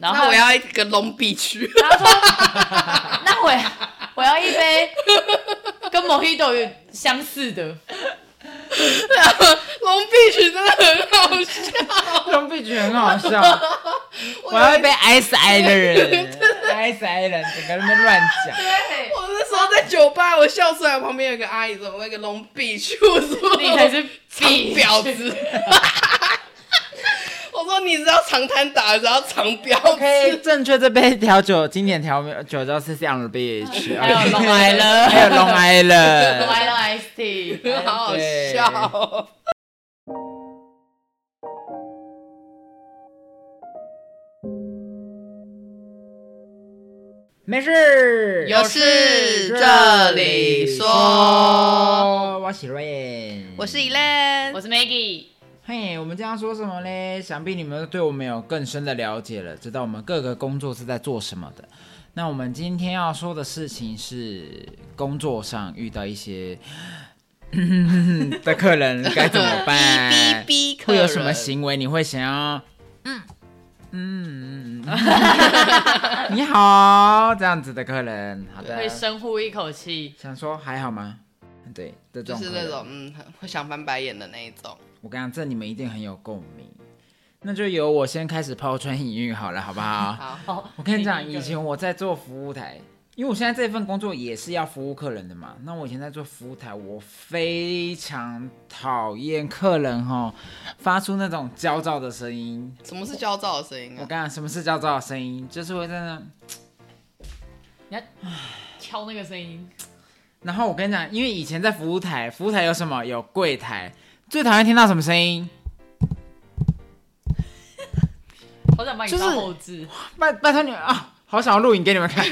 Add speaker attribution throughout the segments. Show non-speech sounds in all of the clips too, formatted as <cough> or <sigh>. Speaker 1: 然
Speaker 2: 那
Speaker 1: 后我要一个 Long Beach，
Speaker 2: 然后说，那我我要一杯跟 Mojito 有相似的，
Speaker 1: ，Long Beach 真的很好笑。
Speaker 3: 装备觉得很好笑。我要被 S I 的人，S I 人整个在那边乱讲。
Speaker 2: 对，
Speaker 1: <laughs> 我那时候在酒吧，我笑出来，旁边有个阿姨怎么那个 Long Beach，我说
Speaker 2: 你 <laughs> 才是
Speaker 1: 长
Speaker 2: 比
Speaker 1: 婊子。 <laughs> 我说你知道长滩打，知道长婊子。
Speaker 3: OK，正确这杯调酒，经典调酒叫 C C on the beach，
Speaker 2: 还有 Long Island
Speaker 3: 还有
Speaker 2: <laughs>
Speaker 3: Long Island，
Speaker 2: 歪到 S T，
Speaker 1: 好好
Speaker 3: 对
Speaker 1: 笑哦。
Speaker 3: 没事，
Speaker 1: 有事这里说。
Speaker 3: 我是 Rain，
Speaker 1: 我是 Elen，
Speaker 2: 我是 Maggie，
Speaker 3: 嘿，我们这样说什么嘞？想必你们对我们有更深的了解了，知道我们各个工作是在做什么的。那我们今天要说的事情是工作上遇到一些的客人该怎么办？
Speaker 1: 哔哔哔，
Speaker 3: 会有什么？行为你会想要？嗯嗯，嗯你好，这样子的客人，好的
Speaker 2: 会，深呼一口气，
Speaker 3: 想说还好吗？对，这
Speaker 1: 就
Speaker 3: 种
Speaker 1: 是
Speaker 3: 客
Speaker 1: 那
Speaker 3: 人
Speaker 1: 种嗯，很会想翻白眼的那一种。
Speaker 3: 我跟你讲，这你们一定很有共鸣。那就由我先开始抛砖引玉好了，好不好？
Speaker 1: 好，
Speaker 2: 哦，
Speaker 3: 我跟你讲，
Speaker 2: 第一个
Speaker 3: 以前我在做服务台，因为我现在这份工作也是要服务客人的嘛。那我以前在做服务台，我非常讨厌客人哈、发出那种焦躁的声音。
Speaker 1: 什么是焦躁的声音
Speaker 3: 我
Speaker 1: 啊？
Speaker 3: 跟你讲，什么是焦躁的声音？就是会在那。
Speaker 2: 敲那个声音，
Speaker 3: 然后我跟你讲，因为以前在服务台，服务台有什么？有柜台。最讨厌听到什么声音？
Speaker 2: 好想把你
Speaker 3: 就是
Speaker 2: 当后置，
Speaker 3: 拜拜托你们啊，好想要录影给你们看。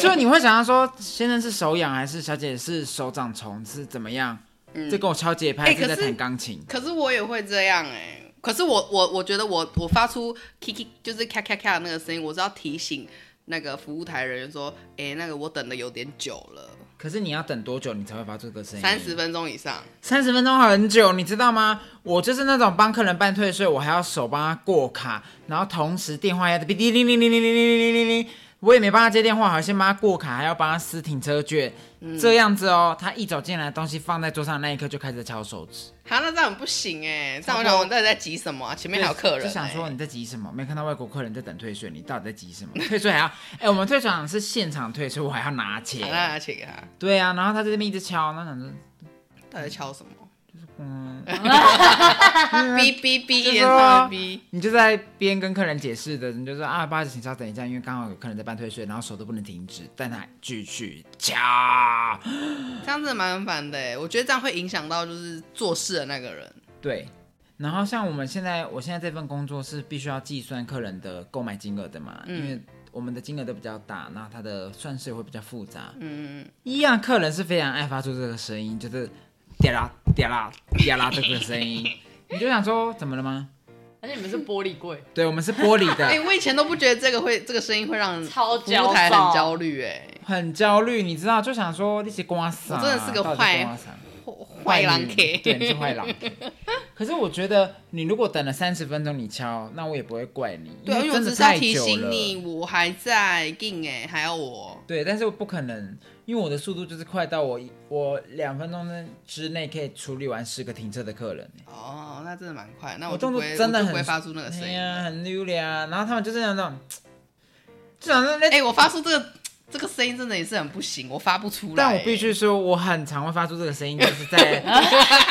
Speaker 3: 就你会想要说，先生是手痒还是小姐是手掌虫是怎么样？
Speaker 1: 嗯
Speaker 3: 这跟我敲节拍
Speaker 1: 哎
Speaker 3: 是在
Speaker 1: 可是
Speaker 3: 弹钢琴。
Speaker 1: 可是我也会这样哎、可是我我我觉得我我发出 kiki 就是咔咔咔的那个声音，我是要提醒那个服务台人员说，哎、那个我等的有点久了，
Speaker 3: 可是你要等多久你才会发出这个声音？
Speaker 1: 三十分钟以上。
Speaker 3: 三十分钟很久，你知道吗？我就是那种帮客人办退税，我还要手帮他过卡，然后同时电话要哔哩铃铃铃铃铃铃铃铃铃，我也没帮他接电话，好像先帮他过卡，还要帮他撕停车券，这样子哦。他一走进来，东西放在桌上那一刻就开始敲手指。
Speaker 1: 好，那这样很不行哎、这样我
Speaker 3: 差不多
Speaker 1: 想我到底在急什么啊？前面还有客人、
Speaker 3: 就
Speaker 1: 欸，
Speaker 3: 想说你在急什么？没看到外国客人在等退税，你到底在急什么？退税还要，哎、我们退税好像是现场退税，我还要拿
Speaker 1: 好
Speaker 3: 钱。
Speaker 1: 那拿钱给他，
Speaker 3: 对啊，然后他在那边一直敲，那想说，
Speaker 1: 到底在敲什么？ <laughs>
Speaker 3: 嗯，
Speaker 1: 哔哔哔，
Speaker 3: <laughs> 就
Speaker 1: 一
Speaker 3: 说
Speaker 1: 连串的哔。
Speaker 3: 你就在边跟客人解释的，你就说啊，不好意思，请稍等一下，因为刚好有客人在办退税，然后手都不能停止，但他继续敲。
Speaker 1: 这样子蛮烦的哎，我觉得这样会影响到就是做事的那个人。
Speaker 3: 对，然后像我们现在，我现在这份工作是必须要计算客人的购买金额的嘛，
Speaker 1: 嗯
Speaker 3: 因为我们的金额都比较大，那他的算式会比较复杂。
Speaker 1: 嗯，
Speaker 3: 一样，客人是非常爱发出这个声音，就是嗲啦嗲啦嗲啦这个
Speaker 1: <laughs>
Speaker 3: 声音，你就想说怎么了吗？
Speaker 2: 而且你们是玻璃柜，
Speaker 3: 对我们是玻 <laughs> 璃
Speaker 1: 哎、
Speaker 3: 的，
Speaker 1: 我以前都不觉得这个会这个声音会让
Speaker 2: 超
Speaker 1: 服
Speaker 2: 焦
Speaker 1: 务台
Speaker 2: 躁
Speaker 1: 很焦虑哎，
Speaker 3: 很焦虑，你知道，就想说你是瓜傻，
Speaker 1: 我真的是个
Speaker 3: 啊到底
Speaker 1: 坏
Speaker 3: 瓜傻
Speaker 1: 坏
Speaker 3: 女
Speaker 1: 狼
Speaker 3: 人
Speaker 1: K。
Speaker 3: 对，你是坏狼 K。可是我觉得你如果等了三十分钟你敲，那我也不会怪你，
Speaker 1: 对，因为
Speaker 3: 为
Speaker 1: 我
Speaker 3: 真
Speaker 1: 只
Speaker 3: 的
Speaker 1: 是要
Speaker 3: 太
Speaker 1: 提
Speaker 3: 久
Speaker 1: 醒
Speaker 3: 了。
Speaker 1: 你，我还在劲哎，还有我，
Speaker 3: 对，但是我不可能，因为我的速度就是快到我一我两分钟之内可以处理完十个停车的客人。
Speaker 1: 哦，那真的蛮快，那
Speaker 3: 我
Speaker 1: 就
Speaker 3: 动
Speaker 1: 不
Speaker 3: 作
Speaker 1: 会
Speaker 3: 真的
Speaker 1: 我就
Speaker 3: 很
Speaker 1: 不会发出那个声
Speaker 3: 哎
Speaker 1: 音。
Speaker 3: 呀，很溜了呀。然后他们就是那种，就想说那
Speaker 1: 哎、我发出这个这个声音真的也是很不行，我发不出来。欸
Speaker 3: 但我必须说，我很常会发出这个声音，就是 <laughs> 在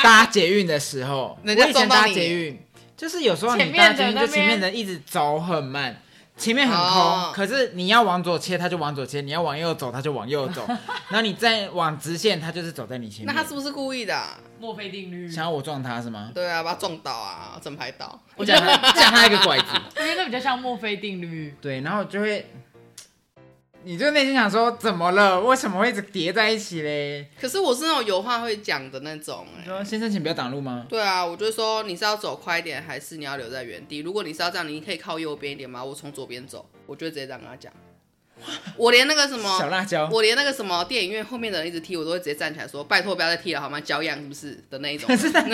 Speaker 3: 搭捷运的时 <laughs> 候。
Speaker 1: 人家
Speaker 3: 我以
Speaker 1: 撞
Speaker 3: 前
Speaker 1: 到
Speaker 3: 搭
Speaker 1: 你
Speaker 3: 捷运，就是有时候你
Speaker 2: 前
Speaker 3: 搭
Speaker 2: 面的
Speaker 3: 捷运，就
Speaker 2: 那
Speaker 3: 前面
Speaker 2: 边
Speaker 3: 的一直走很慢，前面很空，
Speaker 1: 哦
Speaker 3: 可是你要往左切，他就往左切；你要往右走，他就往右 <laughs> 走。然后你再往直线，他就是走在你前
Speaker 1: 那
Speaker 3: 面。
Speaker 1: 他是不是故意的啊、
Speaker 2: 墨菲定律，
Speaker 3: 想要我撞他是吗？
Speaker 1: 对啊，把他撞倒啊，整排倒。
Speaker 3: 我讲
Speaker 2: <laughs>
Speaker 3: 他，讲他一个拐子。
Speaker 2: 我觉得比较像墨菲定律，
Speaker 3: 对，然后就会，你就内心想说，怎么了？为什么会一直叠在一起嘞？
Speaker 1: 可是我是那种有话会讲的那种
Speaker 3: 你
Speaker 1: 哎、
Speaker 3: 说先生，请不要挡路吗？
Speaker 1: 对啊，我就说你是要走快一点，还是你要留在原地？如果你是要这样，你可以靠右边一点吗？我从左边走，我就会直接这样跟他讲。我连那个什么
Speaker 3: 小辣椒，
Speaker 1: 啊我连那个什么电影院后面的人一直踢我，都会直接站起来说：“拜托不要再踢了好吗？脚痒是不是的那一种
Speaker 3: 可 <laughs>
Speaker 1: <laughs>
Speaker 3: 是在
Speaker 1: <laughs>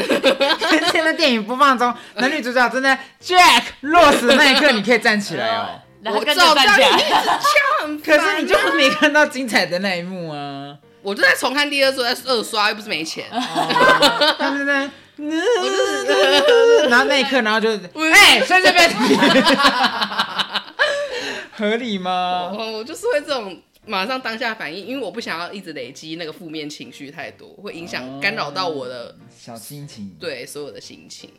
Speaker 3: 现在电影播放中，男女主角正在 Jack 落死的那一刻，你可以站起来哦。
Speaker 2: 然后
Speaker 1: 我
Speaker 2: 跟
Speaker 1: 知
Speaker 2: 着
Speaker 1: 道
Speaker 2: 站
Speaker 1: 这
Speaker 2: 起 <laughs>
Speaker 1: 样你一直
Speaker 2: 来。
Speaker 1: 敲，很
Speaker 3: 可
Speaker 1: 烦
Speaker 3: 是你就是没看到精彩的那一幕啊！
Speaker 1: 我就在重看第二次，我在二刷，又不是没钱。
Speaker 3: 嗯他们在
Speaker 1: <laughs>
Speaker 3: 那，然后那一刻，然后就哎，在这边，
Speaker 1: <laughs>
Speaker 3: 合理吗？
Speaker 1: 我我就是会这种马上当下反应，因为我不想要一直累积那个负面情绪太多，会影
Speaker 3: 哦
Speaker 1: 响干扰到我的
Speaker 3: 小心情。，
Speaker 1: 对所有的心情。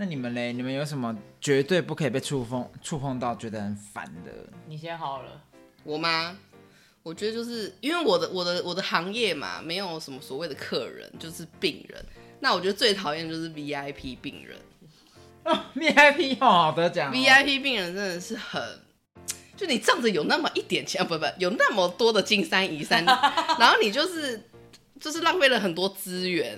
Speaker 3: 那你们嘞？你们有什么绝对不可以被触碰、触碰到觉得很烦的？
Speaker 1: <laughs>
Speaker 2: 你先好了，
Speaker 1: 我妈，我觉得就是因为我的我的我的行业嘛，没有什么所谓的客人，就是病人。那我觉得最讨厌就是 VIP 病人、
Speaker 3: VIP 哦，好得奖哦。
Speaker 1: v i p 病人真的是很，就你仗着有那么一点钱，啊不不，有那么多的金山银山，然后你就是就是浪费了很多资源。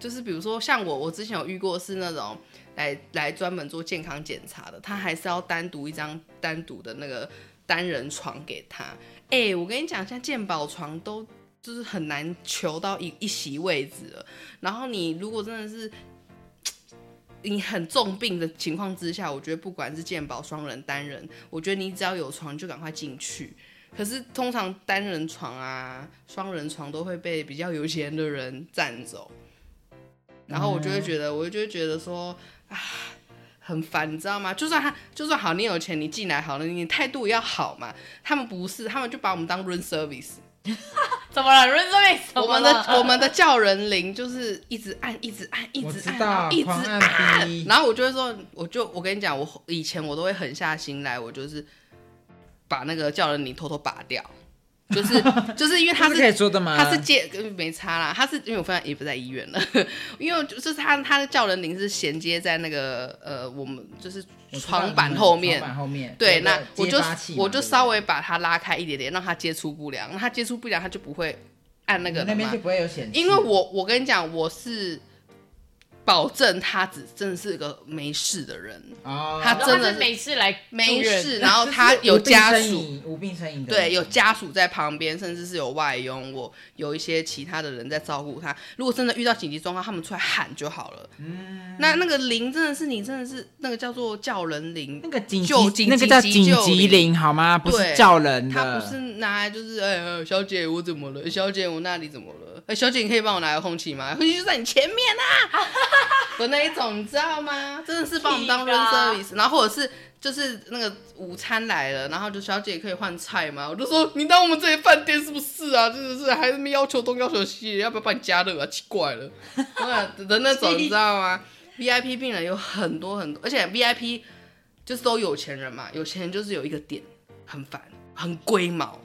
Speaker 1: 就是比如说像我，我之前有遇过是那种来来专门做健康检查的，他还是要单独一张单独的那个单人床给他。哎、我跟你讲，现在健保床都就是很难求到一一席位置了。然后你如果真的是你很重病的情况之下，我觉得不管是健保双人、单人，我觉得你只要有床就赶快进去。可是通常单人床啊、双人床都会被比较有钱的人占走，然后我就会觉得，我就会觉得说啊，很烦，你知道吗？就算他就算好，你有钱，你进来好了，你态度也要好嘛。他们不是，他们就把我们当 room service。
Speaker 2: 怎么了 r i n z 怎
Speaker 1: 我
Speaker 2: 么
Speaker 1: 们的
Speaker 2: 了
Speaker 1: 我们的叫人铃就是一直按，一直按，一
Speaker 3: 我
Speaker 1: 直
Speaker 3: 知
Speaker 1: 按，然
Speaker 3: 道
Speaker 1: 后，一直
Speaker 3: 狂
Speaker 1: 按。
Speaker 3: 按 B。
Speaker 1: 然后我就会说，我就我跟你讲，我以前我都会狠下心来，我就是把那个叫人铃偷偷拔掉，就是就是因为他
Speaker 3: <laughs> 这
Speaker 1: 是
Speaker 3: 是可以啊说的吗？
Speaker 1: 他是借呃没差啦，他是因为我分享也不在医院了，因为就是他他的叫人铃是衔接在那个呃我们就是
Speaker 3: 我知道
Speaker 1: 床板后面
Speaker 3: 床，板后面。
Speaker 1: 对，
Speaker 3: 有
Speaker 1: 那
Speaker 3: 个
Speaker 1: 我
Speaker 3: 接
Speaker 1: 就
Speaker 3: 发器嘛
Speaker 1: 我就
Speaker 3: 对不对
Speaker 1: 稍微把它拉开一点点，让它接触不良，那它接触不良，它就不会按那
Speaker 3: 你
Speaker 1: 个
Speaker 3: 那
Speaker 1: 了
Speaker 3: 边
Speaker 1: 嘛
Speaker 3: 就。不会有显示，
Speaker 1: 因为我我跟你讲，我是保证他只真的是个没事的人，
Speaker 3: 哦
Speaker 1: 他
Speaker 2: 然后
Speaker 1: 真
Speaker 2: 他
Speaker 1: 的
Speaker 2: 是每次来
Speaker 1: 没
Speaker 2: 住院
Speaker 1: 事，然后他有家属，
Speaker 3: 无病呻吟的，
Speaker 1: 对，有家属在旁边，甚至是有外佣，我有一些其他的人在照顾他。如果真的遇到紧急状况，他们出来喊就好了。嗯，那那个铃真的是你真的是那个叫做叫人铃
Speaker 3: 那，个紧
Speaker 1: 救
Speaker 3: 急
Speaker 1: 紧
Speaker 3: 那个
Speaker 1: 急
Speaker 3: 叫
Speaker 1: 急
Speaker 3: 紧
Speaker 1: 救
Speaker 3: 急
Speaker 1: 铃
Speaker 3: 铃好吗？不是
Speaker 1: 对
Speaker 3: 叫人
Speaker 1: 他
Speaker 3: 的，
Speaker 1: 不是拿来就是哎、哎小姐我怎么了？小姐我那里怎么了？哎、小姐你可以帮我拿个空气吗？空气就在你前面啊， <laughs> 的那一种你知道吗？真的是把我们当 room
Speaker 2: 屁啦
Speaker 1: service，然后或者是就是那个午餐来了，然后就小姐可以换菜吗？我就说你当我们这些饭店是不是啊？真的是还是没要求东要求西，要不要帮你加热啊？奇怪了，对啊的那种你知道吗？VIP 病人有很多很多，而且 VIP 就是都有钱人嘛，有钱人就是有一个点很烦，很龟毛，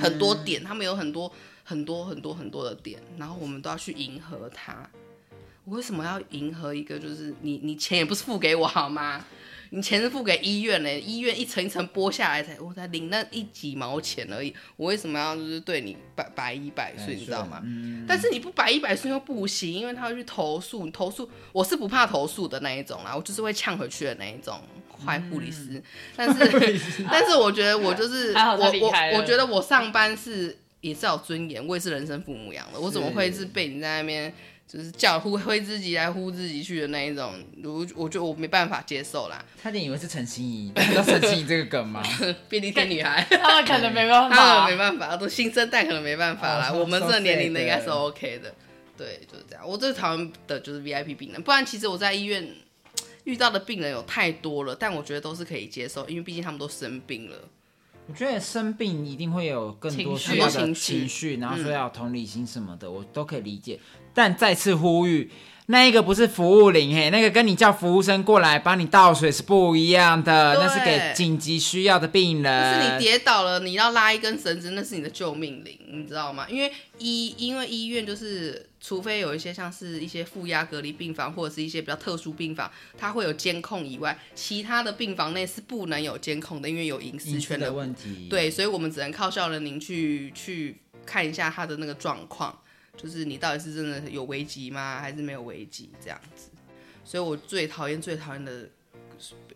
Speaker 1: 很多点，他们有很多很多很多很多的点，然后我们都要去迎合他。我为什么要迎合一个？就是你，你钱也不是付给我好吗？你钱是付给医院嘞，医院一层一层剥下来才，我才领那一几毛钱而已。我为什么要就是对你百百依百
Speaker 3: 哎
Speaker 1: 顺，你知道吗？
Speaker 3: 嗯，
Speaker 1: 但是你不百依百顺又不行，因为他会去投诉。你投诉我是不怕投诉的那一种啦，我就是会呛回去的那一种坏
Speaker 2: 嗯
Speaker 1: 护理师。 <laughs> 但是但是我觉得我就是
Speaker 2: 还 <laughs> 好他
Speaker 1: 我
Speaker 2: 离
Speaker 1: 我
Speaker 2: 开了
Speaker 1: 我觉得我上班是也是要有尊严，我也是人生父母养的，我怎么会
Speaker 3: 是
Speaker 1: 是被你在那边？就是叫呼挥自己来呼自己去的那一种，我我觉得我没办法接受啦。 <laughs>
Speaker 3: 差点以为是陈心怡，你知道陈心怡这个梗吗？
Speaker 1: 便利店女孩，
Speaker 2: 他们可能没办
Speaker 1: 他
Speaker 2: 法
Speaker 1: 们没，办法，都新生代可能没办法啦。
Speaker 3: 哦
Speaker 1: 我们这个年龄的应该是
Speaker 3: 超
Speaker 1: OK 的，对，就是这样。我最讨厌的就是 VIP 病人，不然其实我在医院遇到的病人有太多了，但我觉得都是可以接受，因为毕竟他们都生病了。
Speaker 3: 我觉得生病一定会有更多
Speaker 2: 情
Speaker 3: 需
Speaker 2: 绪
Speaker 3: 要的
Speaker 1: 情绪
Speaker 3: 情绪，然后说要有同理心什么的，我都可以理解。但再次呼吁，那一个不是服务铃嘿，那个跟你叫服务生过来帮你倒水是不一样的，
Speaker 1: 对
Speaker 3: 那是给紧急需要的病
Speaker 1: 但是
Speaker 3: 人。
Speaker 1: 你跌倒了，你要拉一根绳子，那是你的救命铃，你知道吗？因为医因为医院就是，除非有一些像是一些负压隔离病房或者是一些比较特殊病房，它会有监控以外，其他的病房内是不能有监控的，因为有隐私
Speaker 3: 隐私
Speaker 1: 权
Speaker 3: 的
Speaker 1: 的
Speaker 3: 问题，，
Speaker 1: 对，所以我们只能靠校人您去去看一下他的那个状况，就是你到底是真的有危机吗，还是没有危机这样子。所以我最讨厌最讨厌的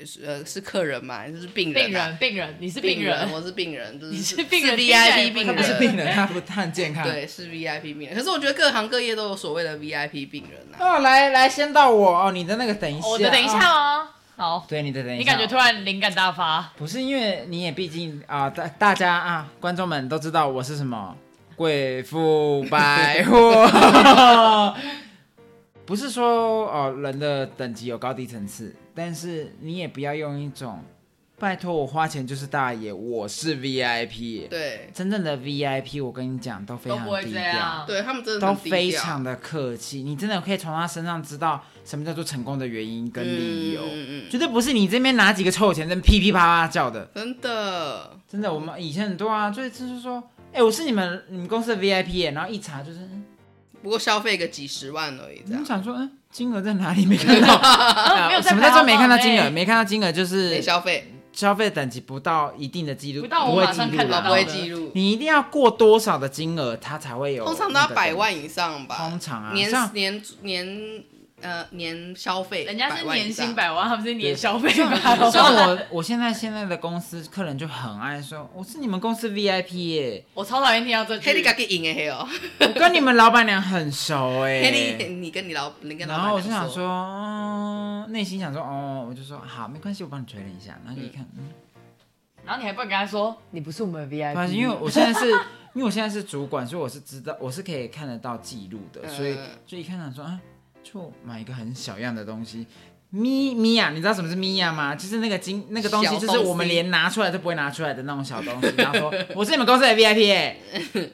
Speaker 1: 是呃是客人嘛，就是病人、啊
Speaker 2: 病人病人，你是
Speaker 1: 病
Speaker 2: 病人，
Speaker 1: 我是病人，就是
Speaker 2: 你是病人
Speaker 1: 是
Speaker 2: 听起来
Speaker 1: VIP
Speaker 2: 也
Speaker 1: 病
Speaker 2: 不
Speaker 3: 他
Speaker 1: 人，
Speaker 3: 不是病人，他不他很健康。
Speaker 1: 对，是 VIP 病人。可是我觉得各行各业都有所谓的 VIP 病人啊。
Speaker 3: 哦，来来，先到我哦，你的那个等一下，
Speaker 2: 我的等一下
Speaker 3: 哦
Speaker 2: 哦，好，
Speaker 3: 对，你再等一下。
Speaker 2: 你感觉突然灵感大发，
Speaker 3: 不是因为你也毕竟啊、大大家啊，观众们都知道我是什么贵妇百货， <laughs> 不是说哦人的等级有高低层次，但是你也不要用一种拜托我花钱就是大爷，我是 VIP，
Speaker 1: 对
Speaker 3: 真正的 VIP 我跟你讲都非
Speaker 2: 都
Speaker 3: 常
Speaker 2: 不会
Speaker 3: 低
Speaker 2: 这
Speaker 3: 调
Speaker 2: 样。。
Speaker 1: 对，他们真的
Speaker 3: 都
Speaker 1: 很低
Speaker 3: 非
Speaker 1: 调
Speaker 3: 常的客气，你真的可以从他身上知道什么叫做成功的原因跟理由。
Speaker 1: 嗯嗯嗯
Speaker 3: 绝对不是你这边拿几个臭钱在那噼噼啪啪叫的，
Speaker 1: 真的，
Speaker 3: 真的，我们以前很多啊，就是就是说，哎、我是你们你们公司的 VIP，耶然后一查就是，嗯
Speaker 1: 不过消费个几十万而已，这
Speaker 3: 你们
Speaker 1: 样
Speaker 3: 想说，嗯，金额在哪里没看到？
Speaker 2: 啊 <laughs> 没有
Speaker 3: 什么
Speaker 2: 在排
Speaker 3: 叫做
Speaker 2: 行
Speaker 3: 没看到金
Speaker 2: 榜欸
Speaker 3: 额？
Speaker 2: 内
Speaker 3: 没看到金额就是
Speaker 1: 没消费，
Speaker 3: 消费等级不到一定的记录，
Speaker 2: 不到我
Speaker 3: 会
Speaker 2: 马
Speaker 3: 记
Speaker 2: 上
Speaker 3: 录
Speaker 2: 看
Speaker 3: 啦
Speaker 2: 得
Speaker 1: 不
Speaker 2: 到
Speaker 1: 会
Speaker 2: 的
Speaker 1: 记录，
Speaker 3: 你一定要过多少的金额，它才会有？
Speaker 1: 通常都要百，万以上吧，
Speaker 3: 通常啊，
Speaker 1: 年
Speaker 3: 像
Speaker 1: 年年呃年消费，
Speaker 2: 人家是
Speaker 1: 万以
Speaker 2: 年
Speaker 1: 上
Speaker 2: 薪百万，他们是年
Speaker 3: 对
Speaker 2: 消费
Speaker 3: 像
Speaker 2: 百 <laughs> 万。
Speaker 3: <laughs> 像我我现在现在的公司客人就很爱说，我是你们公司 VIP 耶，
Speaker 2: 我超讨厌听到这
Speaker 1: 黑你
Speaker 2: 句
Speaker 1: 家。给赢的黑哦，
Speaker 3: 我跟你们老板娘很熟
Speaker 2: <laughs>
Speaker 3: 哎，
Speaker 1: 黑你你跟你老你跟老
Speaker 3: 然
Speaker 1: 板
Speaker 3: 后我就
Speaker 1: 娘嗯
Speaker 3: 想说，哦内心想说，哦，我就说好，没关系，我帮你确认一下。然后就一看，嗯，
Speaker 2: 然后你还不能跟他说你不是我们的
Speaker 3: 没关系，因为
Speaker 2: VIP，
Speaker 3: 我现在是，因为我现在是主管，所以我是知道，我是可以看得到记录的，所以
Speaker 1: 嗯
Speaker 3: 就一看想说，啊，就买一个很小样的东西。咪咪呀，你知道什么是咪呀吗？就是那个金那个东西，
Speaker 1: 小
Speaker 3: 就是我们
Speaker 1: 东西
Speaker 3: 连拿出来都不会拿出来的那种小东西。然后说我是你们公司的 VIP，耶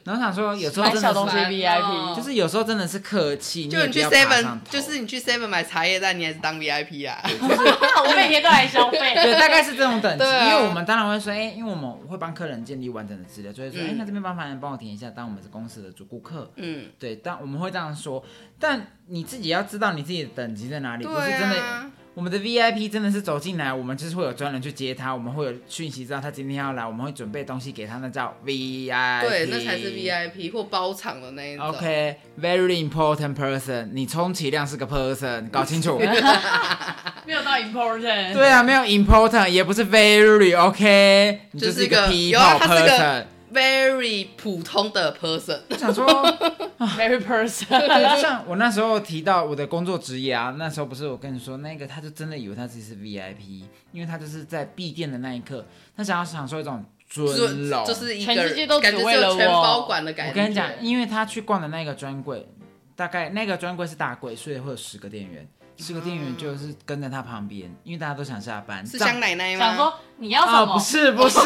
Speaker 3: 然后想说有时候
Speaker 2: 买
Speaker 3: 真
Speaker 2: 小
Speaker 3: 的
Speaker 2: 东西
Speaker 3: 是，
Speaker 1: 烦哦
Speaker 2: VIP，
Speaker 3: 就是有时候真的是客气，
Speaker 1: 就
Speaker 3: 也
Speaker 1: 你
Speaker 3: 不
Speaker 1: 去
Speaker 3: 要爬
Speaker 1: seven，
Speaker 3: 上头
Speaker 1: 就是你去 seven 买茶叶蛋，你还是当 VIP 啊？
Speaker 2: 我每天都来消
Speaker 3: 对，
Speaker 2: 费。
Speaker 3: 大概是这种等级，
Speaker 1: <laughs> 对啊
Speaker 3: 因为我们当然会说，哎、因为我们会帮客人建立完整的资料，就会说，哎、
Speaker 1: 嗯
Speaker 3: 那这边麻烦帮我填一下，当我们是公司的主顾客，
Speaker 1: 嗯，
Speaker 3: 对，但我们会这样说，但你自己要知道你自己的等级在哪里，不是
Speaker 1: 对
Speaker 3: 真的，
Speaker 1: 啊，
Speaker 3: 我们的 VIP 真的是走进来，我们就是会有专人去接他，我们会有讯息知道他今天要来，我们会准备东西给他，那叫 VIP，
Speaker 1: 对，那才是。VIP 或包场的那一种。
Speaker 3: OK，very、important person，你充其量是个 person，搞
Speaker 1: <laughs>
Speaker 3: 清楚。
Speaker 2: 没有到 important。
Speaker 3: 对啊，没有 important，也不是 very OK，你
Speaker 1: 就是是
Speaker 3: 一
Speaker 1: 一
Speaker 3: 个
Speaker 1: 个
Speaker 3: people
Speaker 1: 有啊他是个
Speaker 3: person。
Speaker 1: <laughs> very 普通的 person，
Speaker 3: 我想说，
Speaker 1: <laughs>
Speaker 2: ，very person。
Speaker 3: 对，就像我那时候提到我的工作职业啊，那时候不是我跟你说那个，他就真的以为他自己是 VIP，因为他就是在闭店的那一刻，他想要享受一种尊荣。
Speaker 1: 就是一个人
Speaker 2: 全世界都只
Speaker 1: 感觉
Speaker 2: 为
Speaker 1: 是
Speaker 2: 了
Speaker 1: 有
Speaker 2: 我
Speaker 1: 全包管的感觉。
Speaker 3: 我跟你讲，因为他去逛的那个专柜，大概那个专柜是大柜，所以会有十个店员，十个店员就是跟在他旁边，因为大家都想下班。
Speaker 1: 是
Speaker 3: 这样
Speaker 1: 香奶奶吗？
Speaker 2: 想说你要
Speaker 3: 啊、
Speaker 2: 什
Speaker 3: 不
Speaker 2: 么？
Speaker 3: 是不
Speaker 1: <laughs>
Speaker 3: 是。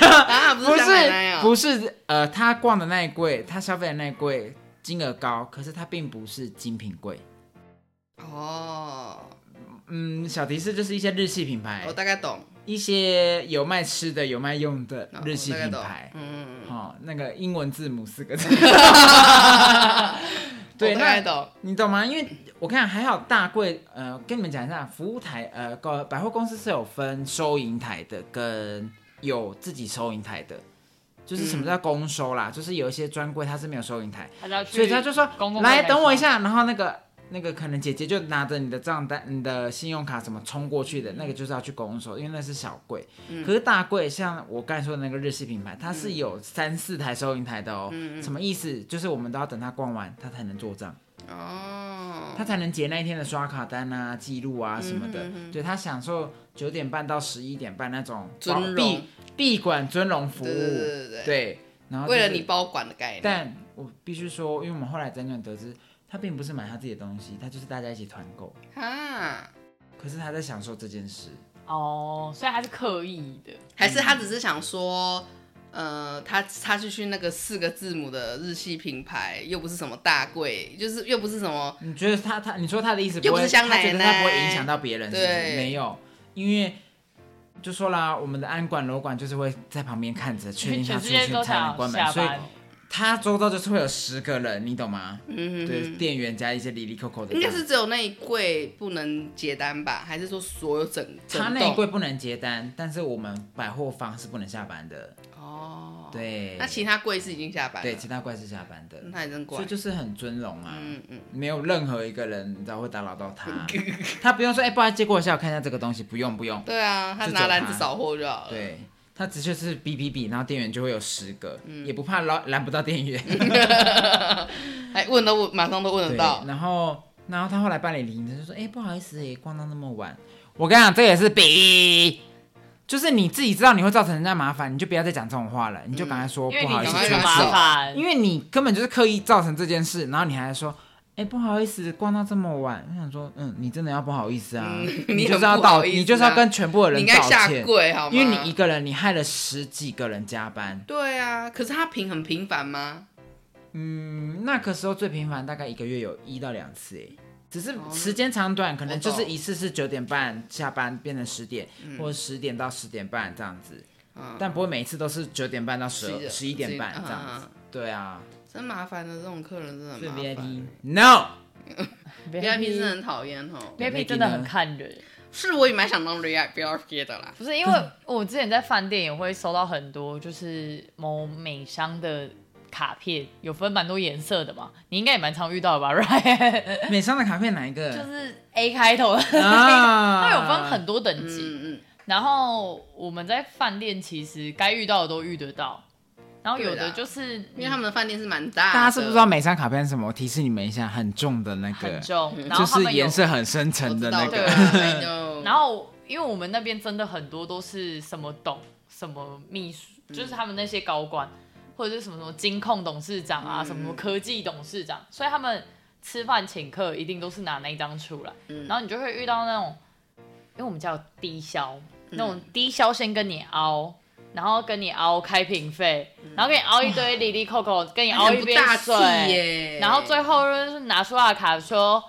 Speaker 3: <laughs>
Speaker 1: 啊，不
Speaker 3: 不
Speaker 1: 是香奶
Speaker 3: 是
Speaker 1: 奶啊、
Speaker 3: 不是，呃，他逛的那一柜，他消费的那一柜金额高，可是他并不是精品柜。
Speaker 1: 哦，
Speaker 3: 嗯，小提示就是一些日系品牌
Speaker 1: 我，大概懂，
Speaker 3: 一些有卖吃的、有卖用的
Speaker 1: 哦
Speaker 3: 日系
Speaker 1: 我大概
Speaker 3: 品
Speaker 1: 懂
Speaker 3: 牌。
Speaker 1: 嗯，
Speaker 3: 哦，那个英文字母四
Speaker 1: <laughs>
Speaker 3: 个字， <laughs>
Speaker 1: 我
Speaker 3: 对，
Speaker 1: 大概
Speaker 3: 那
Speaker 1: 懂，
Speaker 3: 你懂吗？因为我看还好大柜，呃，跟你们讲一下，服务台，呃，个百货公司是有分收银台的跟有自己收银台的，就是
Speaker 2: 嗯
Speaker 3: 什么叫公收啦，就是有一些专柜它是没有收银台，
Speaker 2: 他就要去
Speaker 3: 所以他就说
Speaker 2: 公共
Speaker 3: 来
Speaker 2: 柜台
Speaker 3: 等我一
Speaker 2: 收
Speaker 3: 下，然后那个那个可能姐姐就拿着你的账单、你的信用卡什么冲
Speaker 2: 嗯
Speaker 3: 过去的，那个就是要去公收，因为那是小柜。可是大柜像我刚才说的那个日系品牌，
Speaker 2: 嗯
Speaker 3: 它是有三四台收银台的哦。什么意思？就是我们都要等他逛完，他才能做账，
Speaker 1: 哦，
Speaker 3: 他才能结那一天的刷卡单啊、记录啊什么的。
Speaker 1: 嗯
Speaker 3: 对他享受九点半到十一点半那种
Speaker 1: 尊
Speaker 3: 保
Speaker 1: 荣
Speaker 3: 闭闭馆尊荣服务。
Speaker 1: 对对对对对
Speaker 3: 对然后
Speaker 1: 为了
Speaker 3: 就是
Speaker 1: 你包管的概念，
Speaker 3: 但我必须说，因为我们后来辗转得知，他并不是买他自己的东西，他就是大家一起团购。
Speaker 1: 哈，
Speaker 3: 可是他在享受这件事，
Speaker 2: 哦，所以他是刻意的。
Speaker 1: 还是他只是想说。呃，他他就去那个四个字母的日系品牌，又不是什么大贵，就是又不是什么
Speaker 3: 你觉得他他你说他的意思
Speaker 1: 又
Speaker 3: 不
Speaker 1: 不
Speaker 3: 会，
Speaker 1: 是香
Speaker 3: 他
Speaker 1: 奶
Speaker 3: 觉
Speaker 1: 奶
Speaker 3: 得他不会影响到别人，是不是？
Speaker 1: 对
Speaker 3: 没有，因为就说啦，我们的安管楼管就是会在旁边看着，确定
Speaker 2: 全
Speaker 3: 他出
Speaker 2: 世
Speaker 3: 去
Speaker 2: 界都
Speaker 3: 才能
Speaker 2: 想
Speaker 3: 关门，
Speaker 2: 下
Speaker 3: 所以
Speaker 2: 班，
Speaker 3: 他周遭就是会有十个人，你懂吗？
Speaker 1: 嗯，
Speaker 3: 对，店员加一些里里扣扣的这
Speaker 1: 应
Speaker 3: 样，
Speaker 1: 该是只有那一柜不能结单吧？还是说所有整整
Speaker 3: 他那一
Speaker 1: 栋
Speaker 3: 柜不能接单，但是我们百货方是不能下班的，
Speaker 1: 哦，
Speaker 3: 对，
Speaker 1: 那其他柜是已经下班了，
Speaker 3: 对其他怪是下班的，
Speaker 1: 那还真
Speaker 3: 所
Speaker 1: 怪
Speaker 3: 以。就是很尊荣啊，
Speaker 1: 嗯嗯，
Speaker 3: 没有任何一个人你知道会打扰到他，
Speaker 1: <laughs>
Speaker 3: 他不用说哎、不好意思，借过一下，我看一下这个东西，不用不用，
Speaker 1: 对啊，他
Speaker 3: 就
Speaker 1: 拿
Speaker 3: 走
Speaker 1: 篮
Speaker 3: 开
Speaker 1: 子扫货就好了。，
Speaker 3: 对。他直接是哔哔哔，然后店员就会有十个，
Speaker 1: 嗯
Speaker 3: 也不怕拦拦不到店员。
Speaker 1: 哎，问都问，马上都问得
Speaker 3: 对
Speaker 1: 到，
Speaker 3: 然后然后他后来办理离职，就说：“哎、不好意思，哎，逛到那么晚，我跟你讲，这也是比，就是你自己知道你会造成人家麻烦，你就不要再讲这种话了，你就赶快说、
Speaker 2: 因为
Speaker 3: 不
Speaker 2: 你
Speaker 3: 好意
Speaker 2: 自
Speaker 3: 思，
Speaker 2: 己
Speaker 1: 赶快忍
Speaker 3: 对不
Speaker 1: 受
Speaker 3: 起
Speaker 2: 麻烦，
Speaker 3: 因为你根本就是刻意造成这件事，然后你还说，哎、不好意思，逛到这么晚，我想说，嗯，你真的要不好意思啊，
Speaker 1: 嗯
Speaker 3: <laughs> 你
Speaker 1: 你
Speaker 3: 就是
Speaker 1: 很
Speaker 3: 要
Speaker 1: 不好
Speaker 3: 道，
Speaker 1: 意思啊
Speaker 3: 你就是要跟全部的
Speaker 1: 你
Speaker 3: 人
Speaker 1: 应该
Speaker 3: 道
Speaker 1: 下
Speaker 3: 歉，
Speaker 1: 跪好吗？
Speaker 3: 因为你一个人你害了十几个人加班，
Speaker 1: 对啊，可是他平很频繁吗？
Speaker 3: 嗯，那个时候最频繁大概一个月有一到两次，哎。只是
Speaker 1: 哦
Speaker 3: 时间长短，可能
Speaker 1: 我
Speaker 3: 就
Speaker 1: 懂
Speaker 3: 是一次是九点半下班变成十点，或者十点到十点半这样子，
Speaker 1: 嗯，
Speaker 3: 但不会每一次都是九点半到啊十
Speaker 1: 是的
Speaker 3: 呃十一点半
Speaker 1: 嗯
Speaker 3: 这样子。对啊，
Speaker 1: 真麻烦的，这种客人真的很
Speaker 3: 是
Speaker 1: 麻
Speaker 3: VIP
Speaker 1: 烦。
Speaker 3: no，
Speaker 1: VIP 真的很讨厌哦，
Speaker 3: 对
Speaker 2: VIP
Speaker 3: ，VIP
Speaker 2: 真的很看人。
Speaker 1: 是我也蛮想当 VIP 的啦。
Speaker 2: 不是因为我之前在饭店也会收到很多，就是某美商的卡片，有分蛮多颜色的嘛，你应该也蛮常遇到的吧 <laughs> ，Ryan？
Speaker 3: 美商的卡片哪一个？
Speaker 2: 就是 A 开头 <laughs> 的，
Speaker 3: 啊
Speaker 2: 它有分很多等级。
Speaker 1: 嗯嗯，
Speaker 2: 然后我们在饭店其实该遇到的都遇得到，然后有
Speaker 1: 对
Speaker 2: 的
Speaker 1: 啦
Speaker 2: 就是
Speaker 1: 因为他们的饭店是蛮大的，
Speaker 3: 大家是不是知道美商卡片是什么？我提示你们一下，很重的那
Speaker 2: 很
Speaker 3: 个，
Speaker 2: 重，然
Speaker 3: 就
Speaker 2: 后他
Speaker 3: 是
Speaker 2: 们有
Speaker 3: 颜色很深
Speaker 1: 我
Speaker 3: 沉
Speaker 1: 知
Speaker 3: 的
Speaker 1: 道
Speaker 3: 那
Speaker 1: 对
Speaker 3: 个。
Speaker 1: 啊 I know
Speaker 2: <laughs> 然后因为我们那边真的很多都是什么董、什么秘书，就是他们那些高官，或者是什么什么金控董事长啊，什么什么科技董事长，所以他们吃饭请客一定都是拿那一张出来，然后你就会遇到那种，因为我们叫低消，那种低消先跟你凹。然后跟你凹开瓶费，然后跟你凹一堆里里扣扣，跟你凹一杯
Speaker 1: 哎很不大
Speaker 2: 水
Speaker 1: 气耶
Speaker 2: 然后最后就是拿出他的卡说，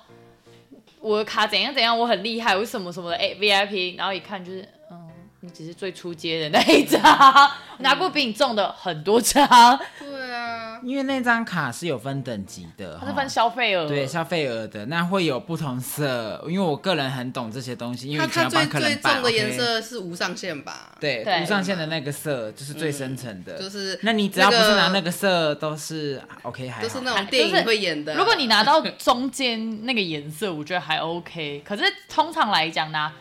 Speaker 2: 我的卡怎样怎样，我很厉害，我什么什么的，哎、VIP，然后一看就是，嗯，你只是最初阶的那一张，
Speaker 3: 嗯
Speaker 2: 拿过比你重的很多张，
Speaker 1: 对啊，
Speaker 3: 因为那张卡是有分等级的，
Speaker 2: 它是
Speaker 3: 哈
Speaker 2: 分消费额，
Speaker 3: 哦对消费额的，那会有不同色。因为我个人很懂这些东西，因为
Speaker 1: 它
Speaker 3: 以前
Speaker 1: 它
Speaker 3: 要
Speaker 1: 最
Speaker 3: 帮客人
Speaker 1: 最
Speaker 3: 办
Speaker 1: 重的颜
Speaker 3: OK
Speaker 1: 色是无上限吧？，
Speaker 3: 对
Speaker 2: 对
Speaker 3: 无上限的那个色就是最深沉的。
Speaker 1: 嗯就是
Speaker 3: 那你只要不是拿
Speaker 1: 个，
Speaker 3: 那个色，都是啊 OK 还
Speaker 1: 就
Speaker 3: 好。
Speaker 1: 是
Speaker 2: 哎
Speaker 1: 那种电影会演的。嗯
Speaker 2: 如果你拿到中间那个颜色，我觉得还 OK，可是通常来讲呢，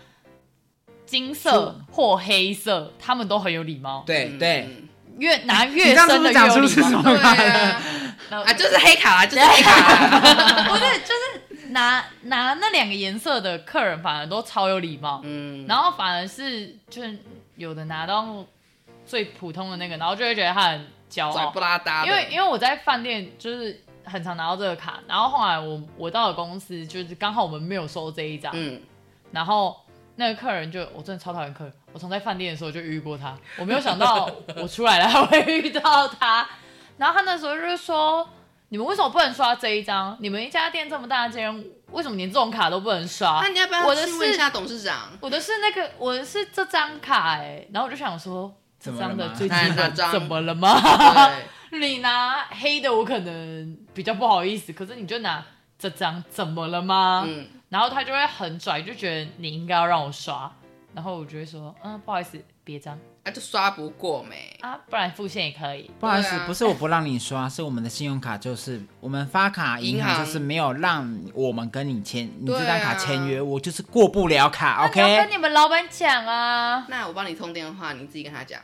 Speaker 2: 金色或黑色，他们都很有礼貌，
Speaker 3: 对对，
Speaker 1: 嗯
Speaker 2: 越拿
Speaker 3: 你
Speaker 2: 越
Speaker 3: 这样是
Speaker 2: 深
Speaker 3: 不
Speaker 2: 的越有
Speaker 3: 是讲出
Speaker 2: 礼
Speaker 3: 是什
Speaker 2: 貌
Speaker 3: 么，
Speaker 1: 对
Speaker 3: 卡了？
Speaker 1: 啊，
Speaker 2: 然后
Speaker 1: 啊 <laughs> 就是黑卡啦，啊就是黑 <laughs> 卡
Speaker 2: <laughs>
Speaker 1: 啦。
Speaker 2: 不是，就是拿拿那两个颜色的客人反而都超有礼貌，
Speaker 1: 嗯，
Speaker 2: 然后反而是就是有的拿到最普通的那个，然后就会觉得他很骄
Speaker 1: 拽
Speaker 2: 傲
Speaker 1: 不，拉搭的，
Speaker 2: 因为因为我在饭店就是很常拿到这个卡，然后后来我我到了公司，就是刚好我们没有收这一张，
Speaker 1: 嗯，
Speaker 2: 然后那个客人就我真的超讨厌客人，我从在饭店的时候就遇过他，我没有想到我出来了还会遇到他。然后他那时候就是说，你们为什么不能刷这一张？你们一家店这么大间，为什么连这种卡都不能刷？
Speaker 1: 啊 <laughs> 那你要不
Speaker 2: 我
Speaker 1: 要
Speaker 2: 的
Speaker 1: 去问一
Speaker 2: 是
Speaker 1: 下董事 <laughs> 长？
Speaker 2: 我的是那个我的是这张卡哎、然后我就想说。这
Speaker 3: 怎么了
Speaker 2: 张的
Speaker 3: 吗
Speaker 2: 最基
Speaker 1: 哪哪
Speaker 2: 本
Speaker 1: 张
Speaker 2: 怎么了吗？
Speaker 1: 对啊
Speaker 2: <laughs> 你拿黑的我可能比较不好意思，可是你就拿这张怎么了吗？
Speaker 1: 嗯，
Speaker 2: 然后他就会很拽，就觉得你应该要让我刷，然后我就会说，嗯，不好意思，别张
Speaker 1: 啊就刷不过没。
Speaker 2: 啊，不然付现也可以。
Speaker 3: 不好意思
Speaker 1: 对，啊
Speaker 3: 不是我不让你刷，是我们的信用卡就是我们发卡银
Speaker 1: 银
Speaker 3: 行
Speaker 1: 行
Speaker 3: 就是没有让我们跟你签，你
Speaker 1: 对啊
Speaker 3: 这张卡签约，我就是过不了卡
Speaker 2: 那你要
Speaker 3: ，OK？
Speaker 2: 跟你们老板讲啊，
Speaker 1: 那我帮你通电话，你自己跟他讲。